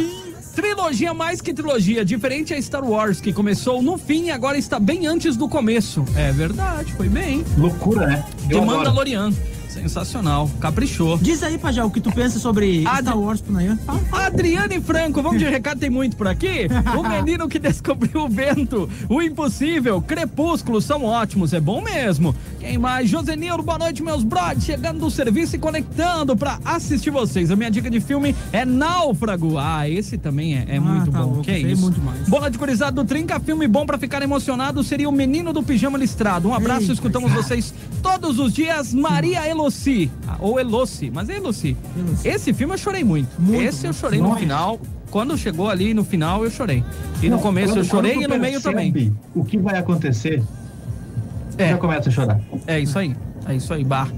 [SPEAKER 3] Trilogia mais que trilogia, diferente a Star Wars, que começou no fim e agora está bem antes do começo. É verdade, foi bem.
[SPEAKER 5] Loucura, né?
[SPEAKER 3] The
[SPEAKER 5] Eu adoro.
[SPEAKER 3] Mandalorian, sensacional, caprichou.
[SPEAKER 4] diz aí, Pajal, o que tu pensa sobre
[SPEAKER 3] Ah,
[SPEAKER 4] Star Wars pro Nayan. Fala.
[SPEAKER 3] Adriane Franco, vamos de recado, tem muito por aqui.
[SPEAKER 4] *laughs*
[SPEAKER 3] O menino que descobriu o vento, o impossível, crepúsculo, são ótimos, é bom mesmo. Quem mais? Josenildo, boa noite, meus brothers, chegando do serviço e conectando pra assistir vocês. A minha dica de filme é Náufrago. Ah, esse também é, é
[SPEAKER 4] Ah,
[SPEAKER 3] muito
[SPEAKER 4] tá
[SPEAKER 3] bom.
[SPEAKER 4] louco,
[SPEAKER 3] que
[SPEAKER 4] esse aí é
[SPEAKER 3] isso?
[SPEAKER 4] muito demais.
[SPEAKER 3] Bola de Curizado do Trinca, filme bom pra ficar emocionado seria o Menino do Pijama Listrado. Um abraço,
[SPEAKER 4] Eita,
[SPEAKER 3] escutamos vocês todos os dias. Maria Eloci, ah, ou Eloci, mas é Eloci.
[SPEAKER 4] Eloci.
[SPEAKER 3] Esse filme eu chorei muito.
[SPEAKER 4] Muito,
[SPEAKER 3] Esse eu
[SPEAKER 4] muito.
[SPEAKER 3] chorei no
[SPEAKER 4] Nossa.
[SPEAKER 3] final. Quando chegou ali no final, eu chorei. E no
[SPEAKER 5] Não,
[SPEAKER 3] começo eu
[SPEAKER 5] quando-
[SPEAKER 3] chorei
[SPEAKER 5] quando
[SPEAKER 3] e
[SPEAKER 5] tu
[SPEAKER 3] no meio
[SPEAKER 5] percebe
[SPEAKER 3] também.
[SPEAKER 5] O que vai acontecer, tu
[SPEAKER 3] É.
[SPEAKER 5] já começa a chorar.
[SPEAKER 3] É isso aí. É isso aí, bar.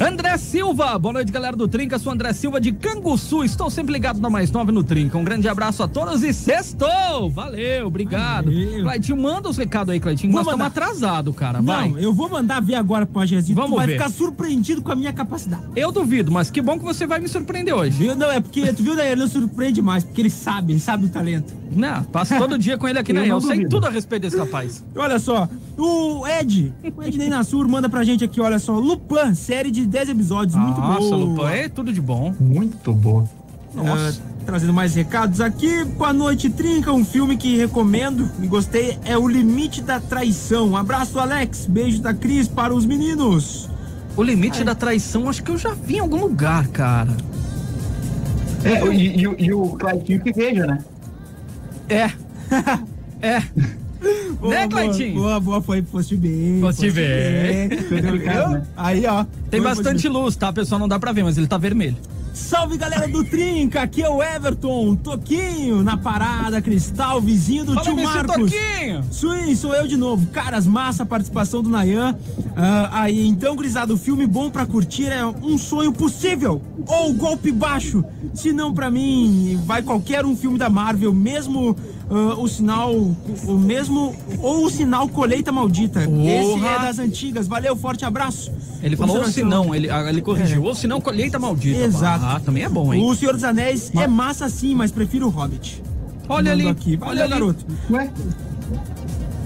[SPEAKER 3] André Silva, boa noite, galera do Trinca. Sou André Silva de Canguçu. Estou sempre ligado na Mais 9 no Trinca. Um grande abraço a todos e sextou! Valeu, obrigado.
[SPEAKER 4] Valeu.
[SPEAKER 3] Claitinho, manda os recados aí, Claitinho. Nós
[SPEAKER 4] Vou
[SPEAKER 3] estamos
[SPEAKER 4] mandar.
[SPEAKER 3] atrasados, cara. Vai.
[SPEAKER 4] Não, eu vou mandar ver agora pro Pajazito.
[SPEAKER 3] Vamos
[SPEAKER 4] tu vai
[SPEAKER 3] ver.
[SPEAKER 4] ficar surpreendido com a minha capacidade.
[SPEAKER 3] Eu duvido, mas que bom que você vai me surpreender hoje.
[SPEAKER 4] Viu? Não, é porque tu viu, daí ele surpreende mais, porque ele sabe, ele sabe o talento.
[SPEAKER 3] Não, né? passo
[SPEAKER 5] *laughs*
[SPEAKER 3] todo dia com ele aqui na
[SPEAKER 5] Eu não
[SPEAKER 3] Eu sei
[SPEAKER 5] duvido.
[SPEAKER 3] tudo a respeito desse rapaz.
[SPEAKER 4] Olha só, o Ed, o Ednei Nassur manda pra gente aqui, olha só, Lupan, série de 10 episódios, muito boa.
[SPEAKER 3] Nossa, Lupan, é tudo de bom.
[SPEAKER 5] Muito bom.
[SPEAKER 4] Nossa. trazendo mais recados aqui, boa noite, Trinca, um filme que recomendo e gostei, é O Limite da Traição. Um abraço, Alex, beijo da Cris para os meninos.
[SPEAKER 3] O limite da traição, acho que eu já vi em algum lugar, cara.
[SPEAKER 5] É, e, e o- e o Claitinho que veja, né?
[SPEAKER 3] É. *laughs* é.
[SPEAKER 4] Boa,
[SPEAKER 3] né, Claitinho?
[SPEAKER 4] Boa, boa, boa, foi, foste bem.
[SPEAKER 3] Foste bem. *laughs*
[SPEAKER 4] bem. Entendeu? Aí, ó.
[SPEAKER 3] Tem
[SPEAKER 4] Foi, foste
[SPEAKER 3] bastante luz, tá, pessoal? Não dá pra ver, mas ele tá vermelho.
[SPEAKER 4] Salve galera do Trinca, aqui é o Everton, Toquinho na parada, Cristal, vizinho do
[SPEAKER 3] Fala
[SPEAKER 4] tio
[SPEAKER 3] nesse
[SPEAKER 4] Marcos.
[SPEAKER 3] Toquinho!
[SPEAKER 4] Sim, sou eu de novo. Caras, massa a participação do Nayan. Ah, aí, então, grisado, o filme bom pra curtir é Um Sonho Possível ou Golpe Baixo. Se não, pra mim, vai qualquer um filme da Marvel, mesmo ah, o sinal, o mesmo, ou o sinal Colheita Maldita. Esse
[SPEAKER 3] Porra!
[SPEAKER 4] é das antigas. Valeu, forte abraço.
[SPEAKER 3] Ele falou ou se
[SPEAKER 4] Observação.
[SPEAKER 3] não, ele, ah, ele corrigiu. Ou se não, colheita maldita.
[SPEAKER 4] é Exato.
[SPEAKER 3] Ah, também é bom, hein?
[SPEAKER 4] O Senhor dos Anéis é massa sim, mas prefiro o Hobbit.
[SPEAKER 3] Olha ali,
[SPEAKER 4] Mandou aqui.
[SPEAKER 3] olha
[SPEAKER 4] Valeu,
[SPEAKER 3] ali.
[SPEAKER 4] garoto.
[SPEAKER 5] Ué,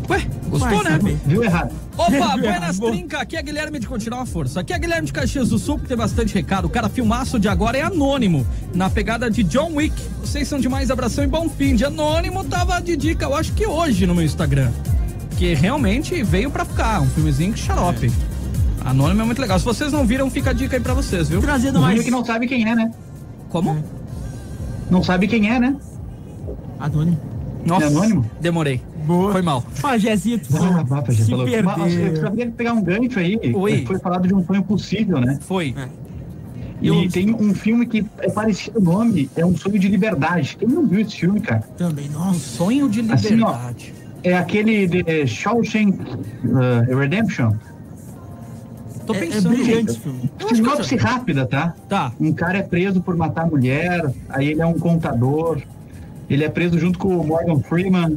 [SPEAKER 3] Ué, gostou,
[SPEAKER 4] Vai
[SPEAKER 3] né?
[SPEAKER 4] saber.
[SPEAKER 5] viu errado.
[SPEAKER 3] Opa,
[SPEAKER 4] *laughs* É,
[SPEAKER 3] buenas
[SPEAKER 4] bom.
[SPEAKER 3] trinca, aqui é Guilherme de Continuar a Força. Aqui é Guilherme de Caxias do Sul, que tem bastante recado. O cara filmaço de agora é anônimo, na pegada de John Wick. Vocês são demais, abração e bom fim. De anônimo tava de dica, eu acho que hoje no meu Instagram. Que realmente veio pra ficar, um filmezinho que xarope. Anônimo é muito legal. Se vocês não viram, fica a dica aí pra vocês, viu?
[SPEAKER 4] Trazendo É.
[SPEAKER 5] O Júnior
[SPEAKER 4] mais.
[SPEAKER 5] que não sabe quem é, né?
[SPEAKER 3] Como?
[SPEAKER 5] Não sabe quem é, né?
[SPEAKER 4] Adônio.
[SPEAKER 3] Nossa,
[SPEAKER 5] É anônimo?
[SPEAKER 3] demorei.
[SPEAKER 4] Boa.
[SPEAKER 3] Foi mal.
[SPEAKER 4] Pajézito.
[SPEAKER 5] Ah, Rafa, já
[SPEAKER 4] se
[SPEAKER 5] falou.
[SPEAKER 4] perdeu.
[SPEAKER 5] Mas, eu sabia que pegar um gancho aí.
[SPEAKER 3] Oi.
[SPEAKER 5] Foi falado de um sonho possível, né?
[SPEAKER 3] Foi.
[SPEAKER 4] É.
[SPEAKER 5] E
[SPEAKER 3] Eu-
[SPEAKER 5] tem um filme que é parecido o nome, é um sonho de liberdade. Quem não viu esse filme, cara?
[SPEAKER 4] Também,
[SPEAKER 3] Um
[SPEAKER 4] nossa.
[SPEAKER 3] sonho de
[SPEAKER 5] Assim, ó.
[SPEAKER 3] liberdade.
[SPEAKER 5] É aquele de Shawshank uh, Redemption.
[SPEAKER 3] Tô
[SPEAKER 4] É- é
[SPEAKER 3] pensando.
[SPEAKER 4] brilhante esse filme.
[SPEAKER 3] Eu acho que eu
[SPEAKER 5] Sinopse
[SPEAKER 3] já-
[SPEAKER 5] rápida, tá?
[SPEAKER 3] Tá.
[SPEAKER 5] Um cara é preso por matar mulher, aí ele é um contador, ele é preso junto com o Morgan Freeman,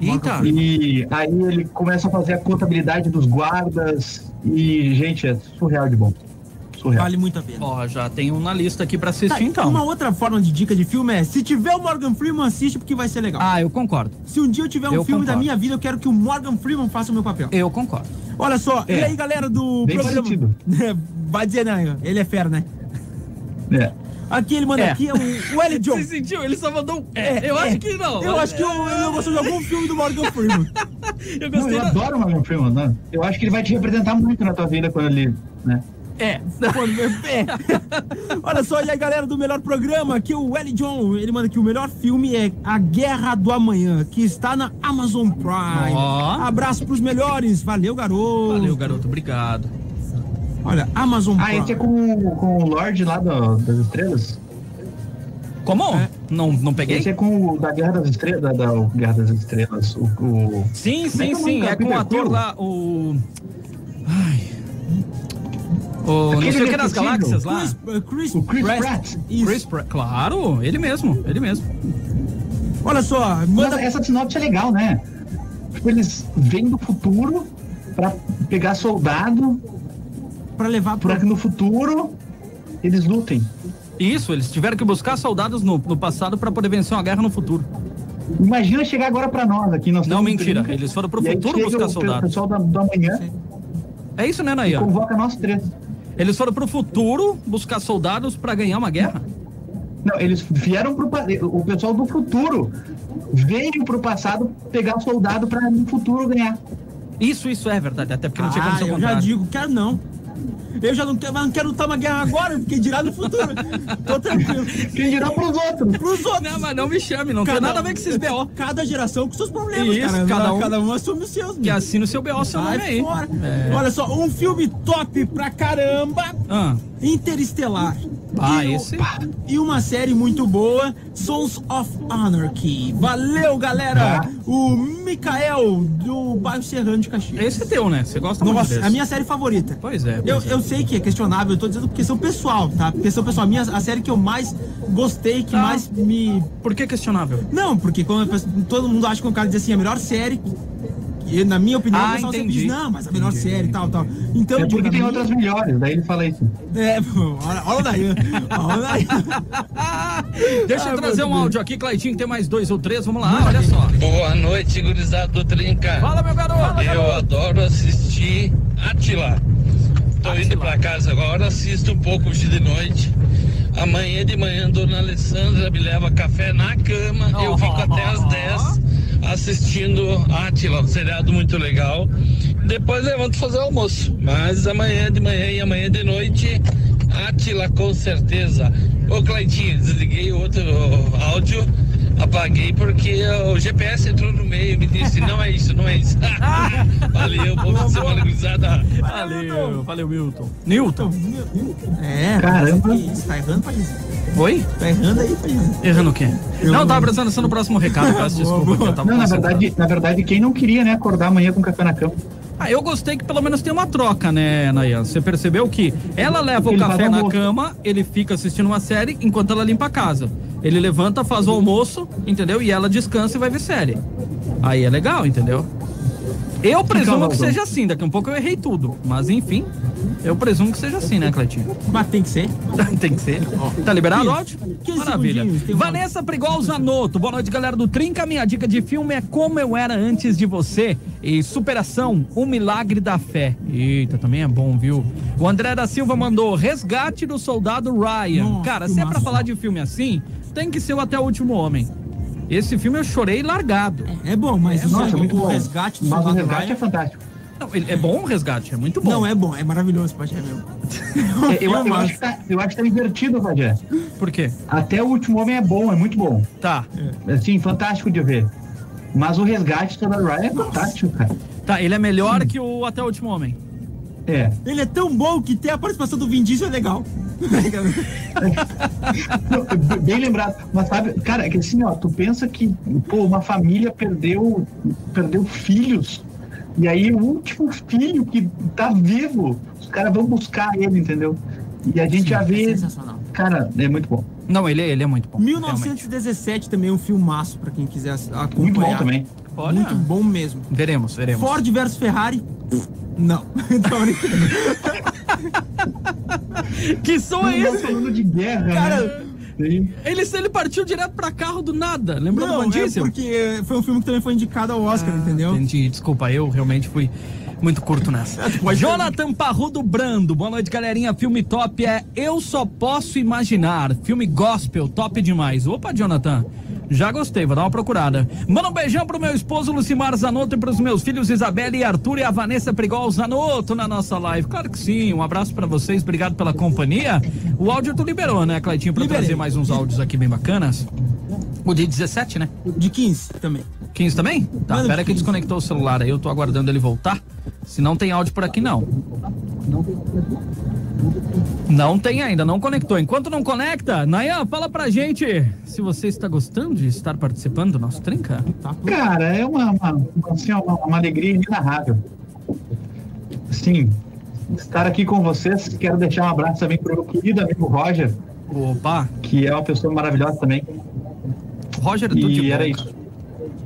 [SPEAKER 3] Eita.
[SPEAKER 5] e aí ele começa a fazer a contabilidade dos guardas, e, gente, é surreal de bom. Surreal.
[SPEAKER 4] Vale muito a pena.
[SPEAKER 3] Ó, já tem um na lista aqui pra assistir,
[SPEAKER 4] Tá,
[SPEAKER 3] então.
[SPEAKER 4] Uma outra forma de dica de filme é: se tiver o Morgan Freeman, assiste porque vai ser legal.
[SPEAKER 3] Ah, eu concordo.
[SPEAKER 4] Se um dia eu tiver um
[SPEAKER 3] eu
[SPEAKER 4] filme da
[SPEAKER 3] concordo.
[SPEAKER 4] minha vida, eu quero que o Morgan Freeman faça o meu papel.
[SPEAKER 3] Eu concordo.
[SPEAKER 4] Olha só,
[SPEAKER 5] É.
[SPEAKER 4] e aí galera do
[SPEAKER 5] Bem
[SPEAKER 4] programa.
[SPEAKER 5] parecido.
[SPEAKER 4] *laughs* vai dizer, né? Ele é fera, né?
[SPEAKER 5] É.
[SPEAKER 4] Aqui ele manda
[SPEAKER 3] É.
[SPEAKER 4] aqui é o, o L. John.
[SPEAKER 3] *laughs* Você sentiu? Ele só mandou um.
[SPEAKER 4] É,
[SPEAKER 3] eu
[SPEAKER 4] é.
[SPEAKER 3] acho que não.
[SPEAKER 4] Eu acho que eu, eu gostei de algum filme do Morgan Freeman.
[SPEAKER 3] *laughs* Eu
[SPEAKER 5] Não,
[SPEAKER 3] gostei
[SPEAKER 5] eu
[SPEAKER 3] da-
[SPEAKER 5] adoro o Morgan Freeman, né? Eu acho que ele vai te representar muito na tua vida quando ele. Né?
[SPEAKER 3] É.
[SPEAKER 4] Pô, meu
[SPEAKER 3] *laughs*
[SPEAKER 4] pé. Olha só, e a galera do melhor programa, aqui é o L. John, ele manda que o melhor filme é A Guerra do Amanhã, que está na Amazon Prime.
[SPEAKER 3] Ó.
[SPEAKER 4] Abraço pros melhores. Valeu, garoto.
[SPEAKER 3] Valeu, garoto. Obrigado.
[SPEAKER 4] Olha, Amazon
[SPEAKER 5] Ah,
[SPEAKER 4] Prime.
[SPEAKER 5] esse é com, com o Lorde lá do- das Estrelas?
[SPEAKER 3] Como?
[SPEAKER 4] É.
[SPEAKER 3] Não, não peguei?
[SPEAKER 5] Esse é com o da Guerra das Estrelas, da, da Guerra das Estrelas, o, o-
[SPEAKER 3] Sim,
[SPEAKER 5] Como
[SPEAKER 3] sim,
[SPEAKER 5] é que é o
[SPEAKER 3] sim.
[SPEAKER 5] nome,
[SPEAKER 3] É
[SPEAKER 5] cara?
[SPEAKER 3] com o
[SPEAKER 5] Peter
[SPEAKER 3] ator
[SPEAKER 5] Quill?
[SPEAKER 3] lá, o. Ai. O não
[SPEAKER 5] Aquele
[SPEAKER 3] sei o que das
[SPEAKER 5] irrepetível.
[SPEAKER 3] galáxias lá.
[SPEAKER 4] Chris, eh, Chris,
[SPEAKER 5] o Chris
[SPEAKER 4] Pratt.
[SPEAKER 5] Pratt.
[SPEAKER 4] Isso.
[SPEAKER 3] Chris Pratt. Claro, ele mesmo, ele mesmo.
[SPEAKER 4] Olha só, manda
[SPEAKER 5] Mas essa sinopse é legal, né? Tipo, eles vêm do futuro pra pegar soldado,
[SPEAKER 4] pra levar pro...
[SPEAKER 5] é- pra que no futuro eles lutem.
[SPEAKER 3] Isso, eles tiveram que buscar soldados no, no passado pra poder vencer uma guerra no futuro.
[SPEAKER 5] Imagina chegar agora pra nós aqui. Nós
[SPEAKER 3] Não,
[SPEAKER 5] estamos
[SPEAKER 3] mentira,
[SPEAKER 5] trinca,
[SPEAKER 3] eles foram pro
[SPEAKER 5] e aí
[SPEAKER 3] futuro
[SPEAKER 5] chega
[SPEAKER 3] buscar
[SPEAKER 5] o pe-
[SPEAKER 3] soldado.
[SPEAKER 5] O pessoal da, da manhã
[SPEAKER 3] É isso, né, Nayan?
[SPEAKER 5] convoca nós três.
[SPEAKER 3] Eles foram pro futuro buscar soldados pra ganhar uma guerra?
[SPEAKER 5] Não, eles vieram pro pa- o pessoal do futuro veio pro passado pegar soldado pra no futuro ganhar.
[SPEAKER 3] Isso, isso é verdade. Até porque não tinha como
[SPEAKER 4] Ah,
[SPEAKER 3] ser o
[SPEAKER 4] eu já
[SPEAKER 3] contrário.
[SPEAKER 4] digo, quero não. Eu já não quero, mas não quero lutar uma guerra agora, porque dirá no
[SPEAKER 5] *laughs*
[SPEAKER 4] futuro. Tô tranquilo.
[SPEAKER 5] Quem dirá pros outros?
[SPEAKER 4] Pros outros.
[SPEAKER 3] Não, mas não me chame, não tem nada a ver com esses B.O.
[SPEAKER 4] Cada geração com seus problemas,
[SPEAKER 3] Isso,
[SPEAKER 4] cara.
[SPEAKER 3] cada um-
[SPEAKER 4] cada um assume os seus.
[SPEAKER 3] Que
[SPEAKER 4] né?
[SPEAKER 3] assina o seu B.O. seu nome aí. É.
[SPEAKER 4] Sai fora. Olha só, um filme top pra caramba.
[SPEAKER 3] Ah,
[SPEAKER 4] Interestelar.
[SPEAKER 3] ah
[SPEAKER 4] E o-
[SPEAKER 3] esse.
[SPEAKER 4] E uma série muito boa, Sons of Anarchy. Valeu, galera!
[SPEAKER 3] Ah.
[SPEAKER 4] O Mikael, do bairro Serrano de Caxias.
[SPEAKER 3] Esse é teu, né? Você gosta muito
[SPEAKER 4] Nossa,
[SPEAKER 3] desse.
[SPEAKER 4] a minha série favorita.
[SPEAKER 3] Pois é, pois
[SPEAKER 4] eu,
[SPEAKER 3] é.
[SPEAKER 4] eu sei que é questionável, eu tô dizendo questão pessoal, tá? Questão pessoal. A, minha, a série que eu mais gostei, que
[SPEAKER 3] Tá.
[SPEAKER 4] mais me.
[SPEAKER 3] Por que questionável?
[SPEAKER 4] Não, porque quando a pessoa- todo mundo acha que o cara diz assim, a melhor série. E, na minha opinião,
[SPEAKER 3] Ah,
[SPEAKER 4] o pessoal sempre
[SPEAKER 3] entendi.
[SPEAKER 4] diz, não, mas a melhor
[SPEAKER 3] Entendi,
[SPEAKER 4] série e tal, tal. Então,
[SPEAKER 5] É
[SPEAKER 4] digo, na
[SPEAKER 5] porque tem
[SPEAKER 4] minha-
[SPEAKER 5] outras melhores, daí ele fala isso.
[SPEAKER 4] É, pô, olha, olha o Dayan. Olha o Dayan.
[SPEAKER 3] Deixa eu
[SPEAKER 4] Ah,
[SPEAKER 3] trazer
[SPEAKER 4] meu
[SPEAKER 3] um
[SPEAKER 4] Deus.
[SPEAKER 3] áudio aqui, Claitinho, que tem mais dois ou três. Vamos lá, olha só.
[SPEAKER 10] Boa noite, gurizada do Trinca.
[SPEAKER 3] Fala, meu garoto.
[SPEAKER 10] Eu adoro assistir Atila. Tô indo pra casa agora, assisto um pouco hoje de noite. Amanhã de manhã, dona Alessandra me leva café na cama. Eu fico até às 10 assistindo Atila, um seriado muito legal. Depois levanto fazer almoço. Mas amanhã de manhã e amanhã de noite, Atila com certeza. Ô Cleitinho, desliguei o outro áudio, apaguei porque o GPS entrou no meio e me disse: não é isso, não é isso. *laughs* Valeu, bom semana, gurizada.
[SPEAKER 3] Valeu, valeu, Milton. Newton.
[SPEAKER 4] É,
[SPEAKER 3] Caramba.
[SPEAKER 4] Isso, tá errando, Palizinho.
[SPEAKER 3] Oi?
[SPEAKER 4] Tá errando aí, Palizinho.
[SPEAKER 3] Errando o quê?
[SPEAKER 4] Eu
[SPEAKER 3] não,
[SPEAKER 4] não-
[SPEAKER 3] tava prestando atenção no próximo *laughs* recado, peço desculpa. que eu tava
[SPEAKER 5] Não, na
[SPEAKER 3] concentrado.
[SPEAKER 5] verdade, na verdade, quem não queria, né, acordar amanhã com café na cama?
[SPEAKER 3] Ah, eu gostei que pelo menos tem uma troca, né, Nayan? Você percebeu que ela leva o
[SPEAKER 5] Ele
[SPEAKER 3] café
[SPEAKER 5] faz
[SPEAKER 3] na
[SPEAKER 5] almoço.
[SPEAKER 3] cama, ele fica assistindo uma série enquanto ela limpa a casa. Ele levanta, faz o almoço, entendeu? E ela descansa e vai ver série. Aí é legal, entendeu? Eu presumo que
[SPEAKER 4] Valdão.
[SPEAKER 3] seja assim, daqui a um pouco eu errei tudo. Mas enfim, eu presumo que seja assim, né, Cleitinho?
[SPEAKER 4] Mas tem que ser.
[SPEAKER 3] *laughs* Tem que ser. Tá liberado,
[SPEAKER 4] Isso.
[SPEAKER 3] ótimo?
[SPEAKER 4] 15
[SPEAKER 3] Maravilha.
[SPEAKER 4] segundinhos, tem um uma-
[SPEAKER 3] Vanessa Prigol Zanotto. Boa noite, galera do Trinca. Minha dica de filme é Como Eu Era Antes de Você e Superação, O Milagre da Fé. Eita, também é bom, viu? O André da Silva mandou Resgate do Soldado Ryan.
[SPEAKER 4] Nossa,
[SPEAKER 3] Cara,
[SPEAKER 4] que
[SPEAKER 3] se é pra
[SPEAKER 4] massa.
[SPEAKER 3] falar de filme assim, tem que ser o Até o Último Homem. Esse filme eu chorei largado.
[SPEAKER 4] É bom, mas o-
[SPEAKER 5] Nossa, muito
[SPEAKER 4] o
[SPEAKER 5] bom.
[SPEAKER 4] resgate do
[SPEAKER 5] Mas o
[SPEAKER 4] soldado
[SPEAKER 5] resgate
[SPEAKER 4] Ryan-
[SPEAKER 5] é fantástico.
[SPEAKER 3] Não, ele- é bom o resgate, é muito bom.
[SPEAKER 4] Não, é bom, é maravilhoso, Pajé, meu.
[SPEAKER 5] *laughs* É, Eu, eu,
[SPEAKER 4] Mas-
[SPEAKER 5] acho que tá, eu acho que tá invertido, Vajé.
[SPEAKER 3] Por quê?
[SPEAKER 5] Até o último homem é bom, é muito bom.
[SPEAKER 3] Tá.
[SPEAKER 4] É.
[SPEAKER 5] Assim, fantástico de ver. Mas o resgate do Soldado Ryan é fantástico, cara.
[SPEAKER 3] Tá, ele é melhor que o Até o Último Homem.
[SPEAKER 5] É.
[SPEAKER 4] Ele é tão bom que ter a participação do Vin Diesel é
[SPEAKER 5] *laughs*
[SPEAKER 4] legal.
[SPEAKER 5] Não, b- Bem lembrado. Mas sabe, cara, que assim, ó, tu pensa que, pô, uma família perdeu, perdeu filhos. E aí o último filho que tá vivo, os caras vão buscar ele, entendeu? E a gente já vê.
[SPEAKER 4] Sensacional.
[SPEAKER 5] Cara, é muito bom.
[SPEAKER 3] Não, ele, ele é muito bom.
[SPEAKER 4] 1917 também é um filmaço pra quem quiser ass- acompanhar.
[SPEAKER 5] Muito bom também.
[SPEAKER 3] realmente. Olha,
[SPEAKER 4] Muito bom mesmo.
[SPEAKER 3] veremos, veremos.
[SPEAKER 4] Ford versus Ferrari. Não. *laughs* Tô brincando.
[SPEAKER 3] Que som é
[SPEAKER 5] Não
[SPEAKER 3] esse?
[SPEAKER 5] falando de guerra,
[SPEAKER 4] Cara,
[SPEAKER 5] né? Sim.
[SPEAKER 3] Ele, ele partiu direto pra carro do nada. Lembrou
[SPEAKER 4] não,
[SPEAKER 3] do Van
[SPEAKER 4] é
[SPEAKER 3] Diesel?
[SPEAKER 4] porque foi um filme que também foi indicado ao
[SPEAKER 3] Ah,
[SPEAKER 4] Oscar, entendeu?
[SPEAKER 3] Entendi, desculpa, eu realmente fui muito curto
[SPEAKER 4] *laughs*
[SPEAKER 3] nessa. Jonathan Parrudo Brando, boa noite, galerinha. Filme top é Eu Só Posso Imaginar. Filme gospel, top demais. Opa, Jonathan, já gostei, vou dar uma procurada. Manda um beijão pro meu esposo Lucimar Zanotto e pros meus filhos Isabela e Arthur e a Vanessa Prigol Zanotto na nossa live. Claro que sim, um abraço pra vocês, obrigado pela companhia. O áudio tu liberou, né, Claitinho, pra
[SPEAKER 4] Liberei.
[SPEAKER 3] trazer mais uns áudios aqui bem bacanas. O de 17, né?
[SPEAKER 4] De 15 também.
[SPEAKER 3] 15 também? Tá,
[SPEAKER 4] Manda
[SPEAKER 3] pera que
[SPEAKER 4] 15.
[SPEAKER 3] desconectou o celular aí, eu tô aguardando ele voltar. Se não tem áudio por aqui, não. Não tem ainda, não conectou. Enquanto não conecta, Nayan, fala pra gente se você está gostando de estar participando do nosso Trinca.
[SPEAKER 5] Cara, é uma, uma, assim, uma, uma alegria inenarrável. Sim, estar aqui com vocês. Quero deixar um abraço também pro meu querido amigo Roger,
[SPEAKER 3] Opa,
[SPEAKER 5] que é uma pessoa maravilhosa também.
[SPEAKER 3] Roger é tudo de bom,
[SPEAKER 5] E era
[SPEAKER 3] cara.
[SPEAKER 5] isso.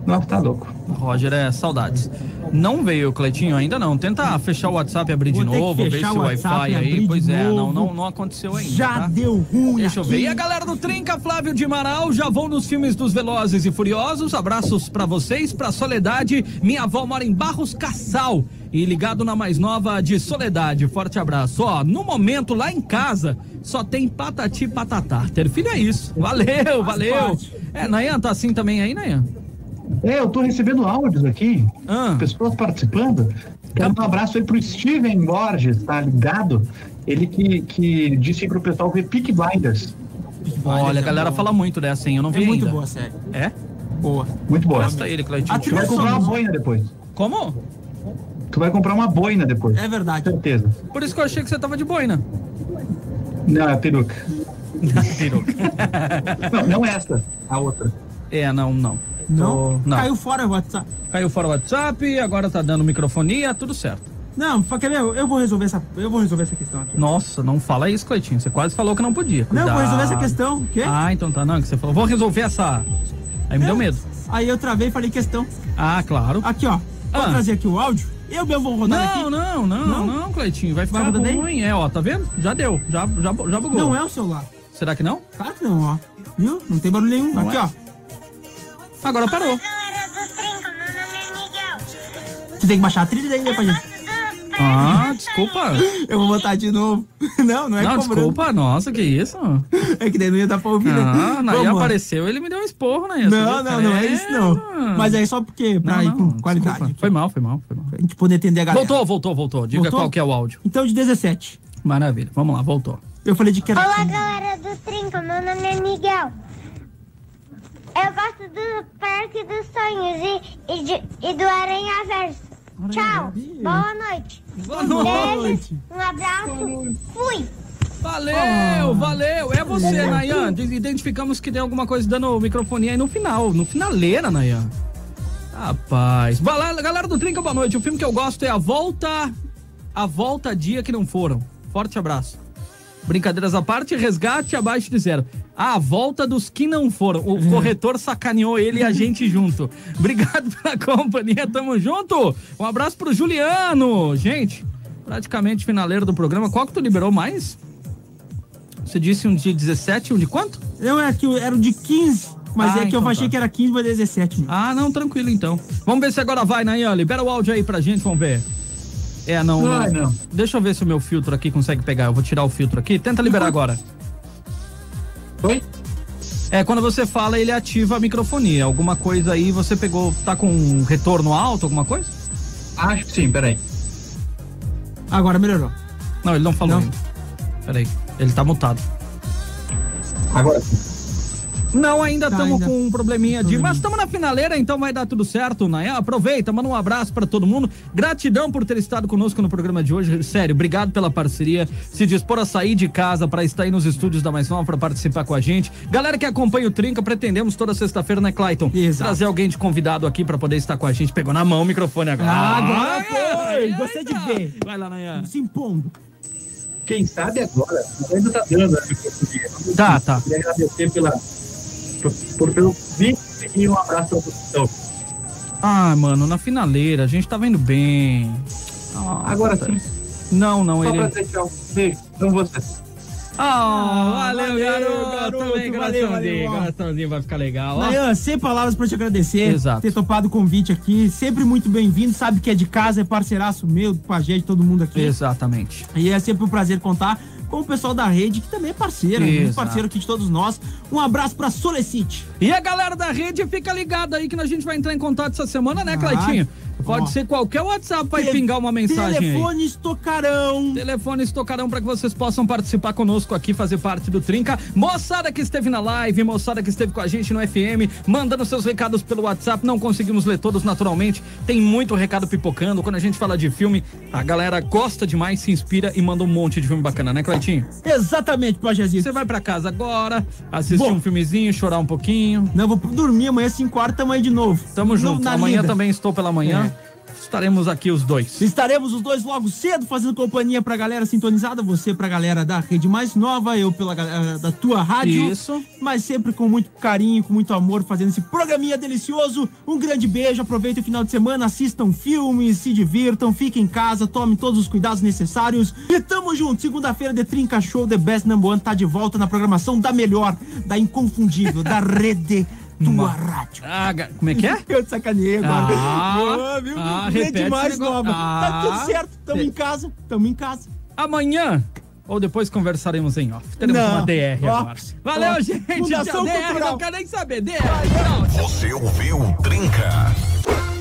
[SPEAKER 5] Nossa, tá louco.
[SPEAKER 3] Roger é saudades. Não veio, Cleitinho, ainda não. Tenta fechar o WhatsApp e abrir
[SPEAKER 4] Vou
[SPEAKER 3] de
[SPEAKER 4] ter que
[SPEAKER 3] novo, ver
[SPEAKER 4] fechar
[SPEAKER 3] se
[SPEAKER 4] o
[SPEAKER 3] o
[SPEAKER 4] WhatsApp
[SPEAKER 3] Wi-Fi
[SPEAKER 4] e abrir
[SPEAKER 3] aí.
[SPEAKER 4] de
[SPEAKER 3] Pois é, não,
[SPEAKER 4] novo.
[SPEAKER 3] não, não aconteceu ainda.
[SPEAKER 4] Já
[SPEAKER 3] tá?
[SPEAKER 4] deu ruim.
[SPEAKER 3] Deixa eu ver. E a
[SPEAKER 4] aqui.
[SPEAKER 3] galera do Trinca, Flávio de Marau, já vão nos filmes dos Velozes e Furiosos. Abraços pra vocês, pra Soledade. Minha avó mora em Barros Cassal e ligado na mais nova de Soledade. Forte abraço. Ó, no momento lá em casa só tem patati e patatá. Ter filho é isso. Valeu, valeu.
[SPEAKER 4] parte.
[SPEAKER 3] É, Nayan, tá assim também aí, Nayan?
[SPEAKER 5] É, eu tô recebendo áudios aqui,
[SPEAKER 3] Ah.
[SPEAKER 5] pessoas participando. Quero dar um abraço aí pro Steven Borges, tá ligado? Ele que, que disse pro pessoal ver Peak Blinders.
[SPEAKER 3] Olha, a galera
[SPEAKER 4] bom.
[SPEAKER 3] fala muito dessa, hein? Eu não
[SPEAKER 4] É
[SPEAKER 3] vi
[SPEAKER 4] muito Ah,
[SPEAKER 3] ainda.
[SPEAKER 4] boa a série.
[SPEAKER 3] É?
[SPEAKER 4] Boa.
[SPEAKER 5] Muito boa.
[SPEAKER 3] Gosta ele,
[SPEAKER 4] A
[SPEAKER 5] Tu
[SPEAKER 3] Cleitinho.
[SPEAKER 4] trilha-
[SPEAKER 5] vai comprar uma boina depois.
[SPEAKER 3] Como?
[SPEAKER 5] Tu vai comprar uma boina depois.
[SPEAKER 4] É verdade.
[SPEAKER 5] Certeza.
[SPEAKER 3] Por isso que eu achei que você tava de boina.
[SPEAKER 5] Não, é peruca. Não, não essa, a outra.
[SPEAKER 3] É, não, não.
[SPEAKER 4] Não?
[SPEAKER 3] Tô- Não.
[SPEAKER 4] Caiu fora o WhatsApp.
[SPEAKER 3] Caiu fora o WhatsApp, agora tá dando microfonia, tudo certo.
[SPEAKER 4] Não, fa- quer ver? Eu eu vou resolver essa, eu vou resolver essa questão aqui.
[SPEAKER 3] Nossa, não fala isso, Cleitinho. Você quase falou que não podia.
[SPEAKER 4] Não, eu vou resolver
[SPEAKER 3] Cuidado.
[SPEAKER 4] essa questão. O quê? É?
[SPEAKER 3] Ah, então tá, não, que você falou. Vou resolver essa. Aí me deu medo.
[SPEAKER 4] Aí eu travei e falei questão.
[SPEAKER 3] Ah, claro.
[SPEAKER 4] Aqui, ó. Vou
[SPEAKER 3] Ah.
[SPEAKER 4] trazer aqui o áudio. Eu mesmo vou rodar
[SPEAKER 3] Não,
[SPEAKER 4] tá aqui.
[SPEAKER 3] não, não, não,
[SPEAKER 4] Não?
[SPEAKER 3] Cleitinho. Vai ficar
[SPEAKER 4] Vai rodar daí?
[SPEAKER 3] ruim. É, ó, tá vendo? Já deu. Já, já, já bugou.
[SPEAKER 4] Não é o celular.
[SPEAKER 3] Será que não?
[SPEAKER 4] Claro que não, ó. Viu? Não tem barulho nenhum.
[SPEAKER 3] é.
[SPEAKER 4] aqui, ó.
[SPEAKER 3] Agora parou.
[SPEAKER 4] Tu tem que baixar a trilha
[SPEAKER 7] É
[SPEAKER 4] daí, né, pra gente?
[SPEAKER 3] Ah, desculpa.
[SPEAKER 4] Eu vou botar de novo. *laughs* Não, não é
[SPEAKER 3] Não,
[SPEAKER 4] cobrando.
[SPEAKER 3] desculpa. Nossa, que isso?
[SPEAKER 4] É que daí não ia dar pra ouvir, né? *laughs*
[SPEAKER 3] Ah, Nayan
[SPEAKER 4] Vamos lá.
[SPEAKER 3] apareceu, ele me deu um esporro, né?
[SPEAKER 4] Não, não, não é isso, não. Mas é só porque, pra ir com qualidade. aqui.
[SPEAKER 3] Foi mal, foi mal, foi mal.
[SPEAKER 4] Pra gente poder atender a galera.
[SPEAKER 3] Voltou, voltou, voltou. Diga
[SPEAKER 4] Voltou?
[SPEAKER 3] qual que é o áudio.
[SPEAKER 4] Então, de 17.
[SPEAKER 3] Maravilha. Vamos lá, voltou.
[SPEAKER 4] Eu falei de que era...
[SPEAKER 7] Olá, galera do Trinca, meu nome é Miguel. Eu gosto do Parque dos Sonhos e, e, de- e do Aranha Verso. Tchau. Boa noite.
[SPEAKER 3] Boa
[SPEAKER 7] Um beijo,
[SPEAKER 3] noite.
[SPEAKER 7] Um abraço. Fui.
[SPEAKER 3] Valeu, valeu. É você, Nayan. Diz- Identificamos que tem alguma coisa dando microfone aí no final. No finaleira, Nayan. Rapaz. Vai lá, galera do Trinca, boa noite. O filme que eu gosto é A Volta. A Volta Dia Que Não Foram. Forte abraço. Brincadeiras à parte, resgate abaixo de zero. Ah, A volta dos que não foram. O corretor sacaneou ele e a gente junto. Obrigado pela *laughs* companhia, tamo junto. Um abraço pro Juliano. Gente, praticamente finaleiro do programa. Qual que tu liberou mais? Você disse um de 17, um de quanto?
[SPEAKER 4] Não, é que eu- era o de 15, mas
[SPEAKER 3] Ah,
[SPEAKER 4] é que
[SPEAKER 3] então
[SPEAKER 4] eu achei
[SPEAKER 3] tá.
[SPEAKER 4] que era 15, mas é 17. mesmo.
[SPEAKER 3] Ah, não, tranquilo então. Vamos ver se agora vai, Nayan. Libera o áudio aí pra gente, vamos ver. É, não, não.
[SPEAKER 5] Ai, não.
[SPEAKER 3] Deixa eu ver se o meu filtro aqui consegue pegar. Eu vou tirar o filtro aqui. Tenta liberar agora.
[SPEAKER 5] Uhum. Oi?
[SPEAKER 3] É, quando você fala, ele ativa a microfonia. Alguma coisa aí, você pegou. Tá com um retorno alto, alguma coisa?
[SPEAKER 5] Acho que sim, peraí.
[SPEAKER 4] Agora melhorou.
[SPEAKER 3] Não, ele não falou. ainda. Peraí, ele tá mutado.
[SPEAKER 5] Agora sim.
[SPEAKER 3] Não, ainda
[SPEAKER 4] Tá,
[SPEAKER 3] estamos
[SPEAKER 4] ainda-
[SPEAKER 3] com um probleminha de. Mas estamos na finaleira, então vai dar tudo certo, Nayan. Aproveita, manda um abraço para todo mundo. Gratidão por ter estado conosco no programa de hoje. Sério, obrigado pela parceria. Se dispor a sair de casa para estar aí nos estúdios da Mais Nova para participar com a gente. Galera que acompanha o Trinca, pretendemos toda sexta-feira, né, Clayton?
[SPEAKER 4] Exato.
[SPEAKER 3] Trazer alguém de convidado aqui para poder estar com a gente. Pegou na mão o microfone agora.
[SPEAKER 4] Ah, agora foi!
[SPEAKER 3] eita.
[SPEAKER 4] Gostei de ver.
[SPEAKER 3] Vai lá, Nayan.
[SPEAKER 4] Se impondo.
[SPEAKER 5] Quem sabe agora, ainda tá dando né, em português.
[SPEAKER 3] Tá, tá.
[SPEAKER 5] Queria agradecer pela, por, por, pelo vídeo e um abraço ao pessoal.
[SPEAKER 3] Ah, mano, na finaleira, a gente tava indo bem. Nossa,
[SPEAKER 5] Agora
[SPEAKER 3] velho.
[SPEAKER 5] sim,
[SPEAKER 3] Não, não,
[SPEAKER 5] só
[SPEAKER 3] ele. é
[SPEAKER 5] pra deixar um beijo. Amo vocês.
[SPEAKER 3] Ah, valeu,
[SPEAKER 4] valeu,
[SPEAKER 3] garoto.
[SPEAKER 4] garoto,
[SPEAKER 3] Também,
[SPEAKER 4] valeu,
[SPEAKER 3] coraçãozinho.
[SPEAKER 4] valeu, ó.
[SPEAKER 3] Coraçãozinho vai ficar legal. ó.
[SPEAKER 4] Nayan, sem palavras pra te agradecer.
[SPEAKER 3] Exato.
[SPEAKER 4] Ter topado o convite aqui. Sempre muito bem-vindo. Sabe que é de casa, é parceiraço meu, do pajé de todo mundo aqui.
[SPEAKER 3] Exatamente.
[SPEAKER 4] E é sempre um prazer contar com o pessoal da rede, que também é parceiro, é
[SPEAKER 3] Exato.
[SPEAKER 4] muito parceiro aqui de todos nós. Um abraço pra Solecite.
[SPEAKER 3] E a galera da rede, fica ligada aí que a gente vai entrar em contato essa semana, né, Claitinho? Pode
[SPEAKER 4] Ah, Ó.
[SPEAKER 3] ser qualquer WhatsApp, vai
[SPEAKER 4] Te-
[SPEAKER 3] pingar uma mensagem aí.
[SPEAKER 4] Telefones tocarão.
[SPEAKER 3] Telefones tocarão para que vocês possam participar conosco aqui, fazer parte do Trinca. Moçada que esteve na live, moçada que esteve com a gente no FM, mandando seus recados pelo WhatsApp. Não conseguimos ler todos naturalmente. Tem muito recado pipocando. Quando a gente fala de filme, a galera gosta demais, se inspira e manda um monte de filme bacana, né, Cleitinho?
[SPEAKER 4] Exatamente, Pajézinho.
[SPEAKER 3] Você vai para casa agora, assistir
[SPEAKER 4] Bom.
[SPEAKER 3] um filmezinho, chorar um pouquinho.
[SPEAKER 4] Não, vou dormir amanhã 5 horas, tamo aí de novo.
[SPEAKER 3] Tamo
[SPEAKER 4] No-
[SPEAKER 3] junto.
[SPEAKER 4] na
[SPEAKER 3] Amanhã
[SPEAKER 4] lida.
[SPEAKER 3] também estou pela manhã. Estaremos aqui os dois.
[SPEAKER 4] Estaremos os dois logo cedo fazendo companhia pra galera sintonizada, você pra galera da Rede Mais Nova, eu pela galera da tua rádio.
[SPEAKER 3] Isso.
[SPEAKER 4] Mas sempre com muito carinho, com muito amor, fazendo esse programinha delicioso. Um grande beijo, aproveitem o final de semana, assistam filmes, se divirtam, fiquem em casa, tomem todos os cuidados necessários. E tamo junto, segunda-feira, The Trinca Show, The Best Number One, tá de volta na programação da melhor, da inconfundível, da rede tua rádio.
[SPEAKER 3] Ah, ga- como é que é?
[SPEAKER 4] *laughs* Eu te sacaneei agora.
[SPEAKER 3] Ah,
[SPEAKER 4] Ah, viu?
[SPEAKER 3] ah,
[SPEAKER 4] Rede
[SPEAKER 3] repete
[SPEAKER 4] mais
[SPEAKER 3] esse negócio.
[SPEAKER 4] nova.
[SPEAKER 3] Ah.
[SPEAKER 4] tá tudo certo, tamo em casa, tamo em casa.
[SPEAKER 3] amanhã ou depois conversaremos em off. Teremos
[SPEAKER 4] Não.
[SPEAKER 3] uma DR agora.
[SPEAKER 4] Ops.
[SPEAKER 3] Valeu,
[SPEAKER 4] Ops.
[SPEAKER 3] gente. Tchau,
[SPEAKER 4] Fundação
[SPEAKER 3] DR,
[SPEAKER 4] Cultural.
[SPEAKER 3] Não quero nem saber. DR. Tchau.
[SPEAKER 1] Você ouviu o Trinca.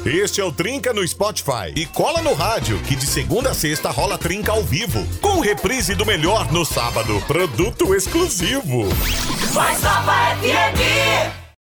[SPEAKER 1] Este é o Trinca no Spotify. E cola no rádio, que de segunda a sexta rola Trinca ao vivo. Com reprise do melhor no sábado. Produto exclusivo.
[SPEAKER 6] Mais Nova FM.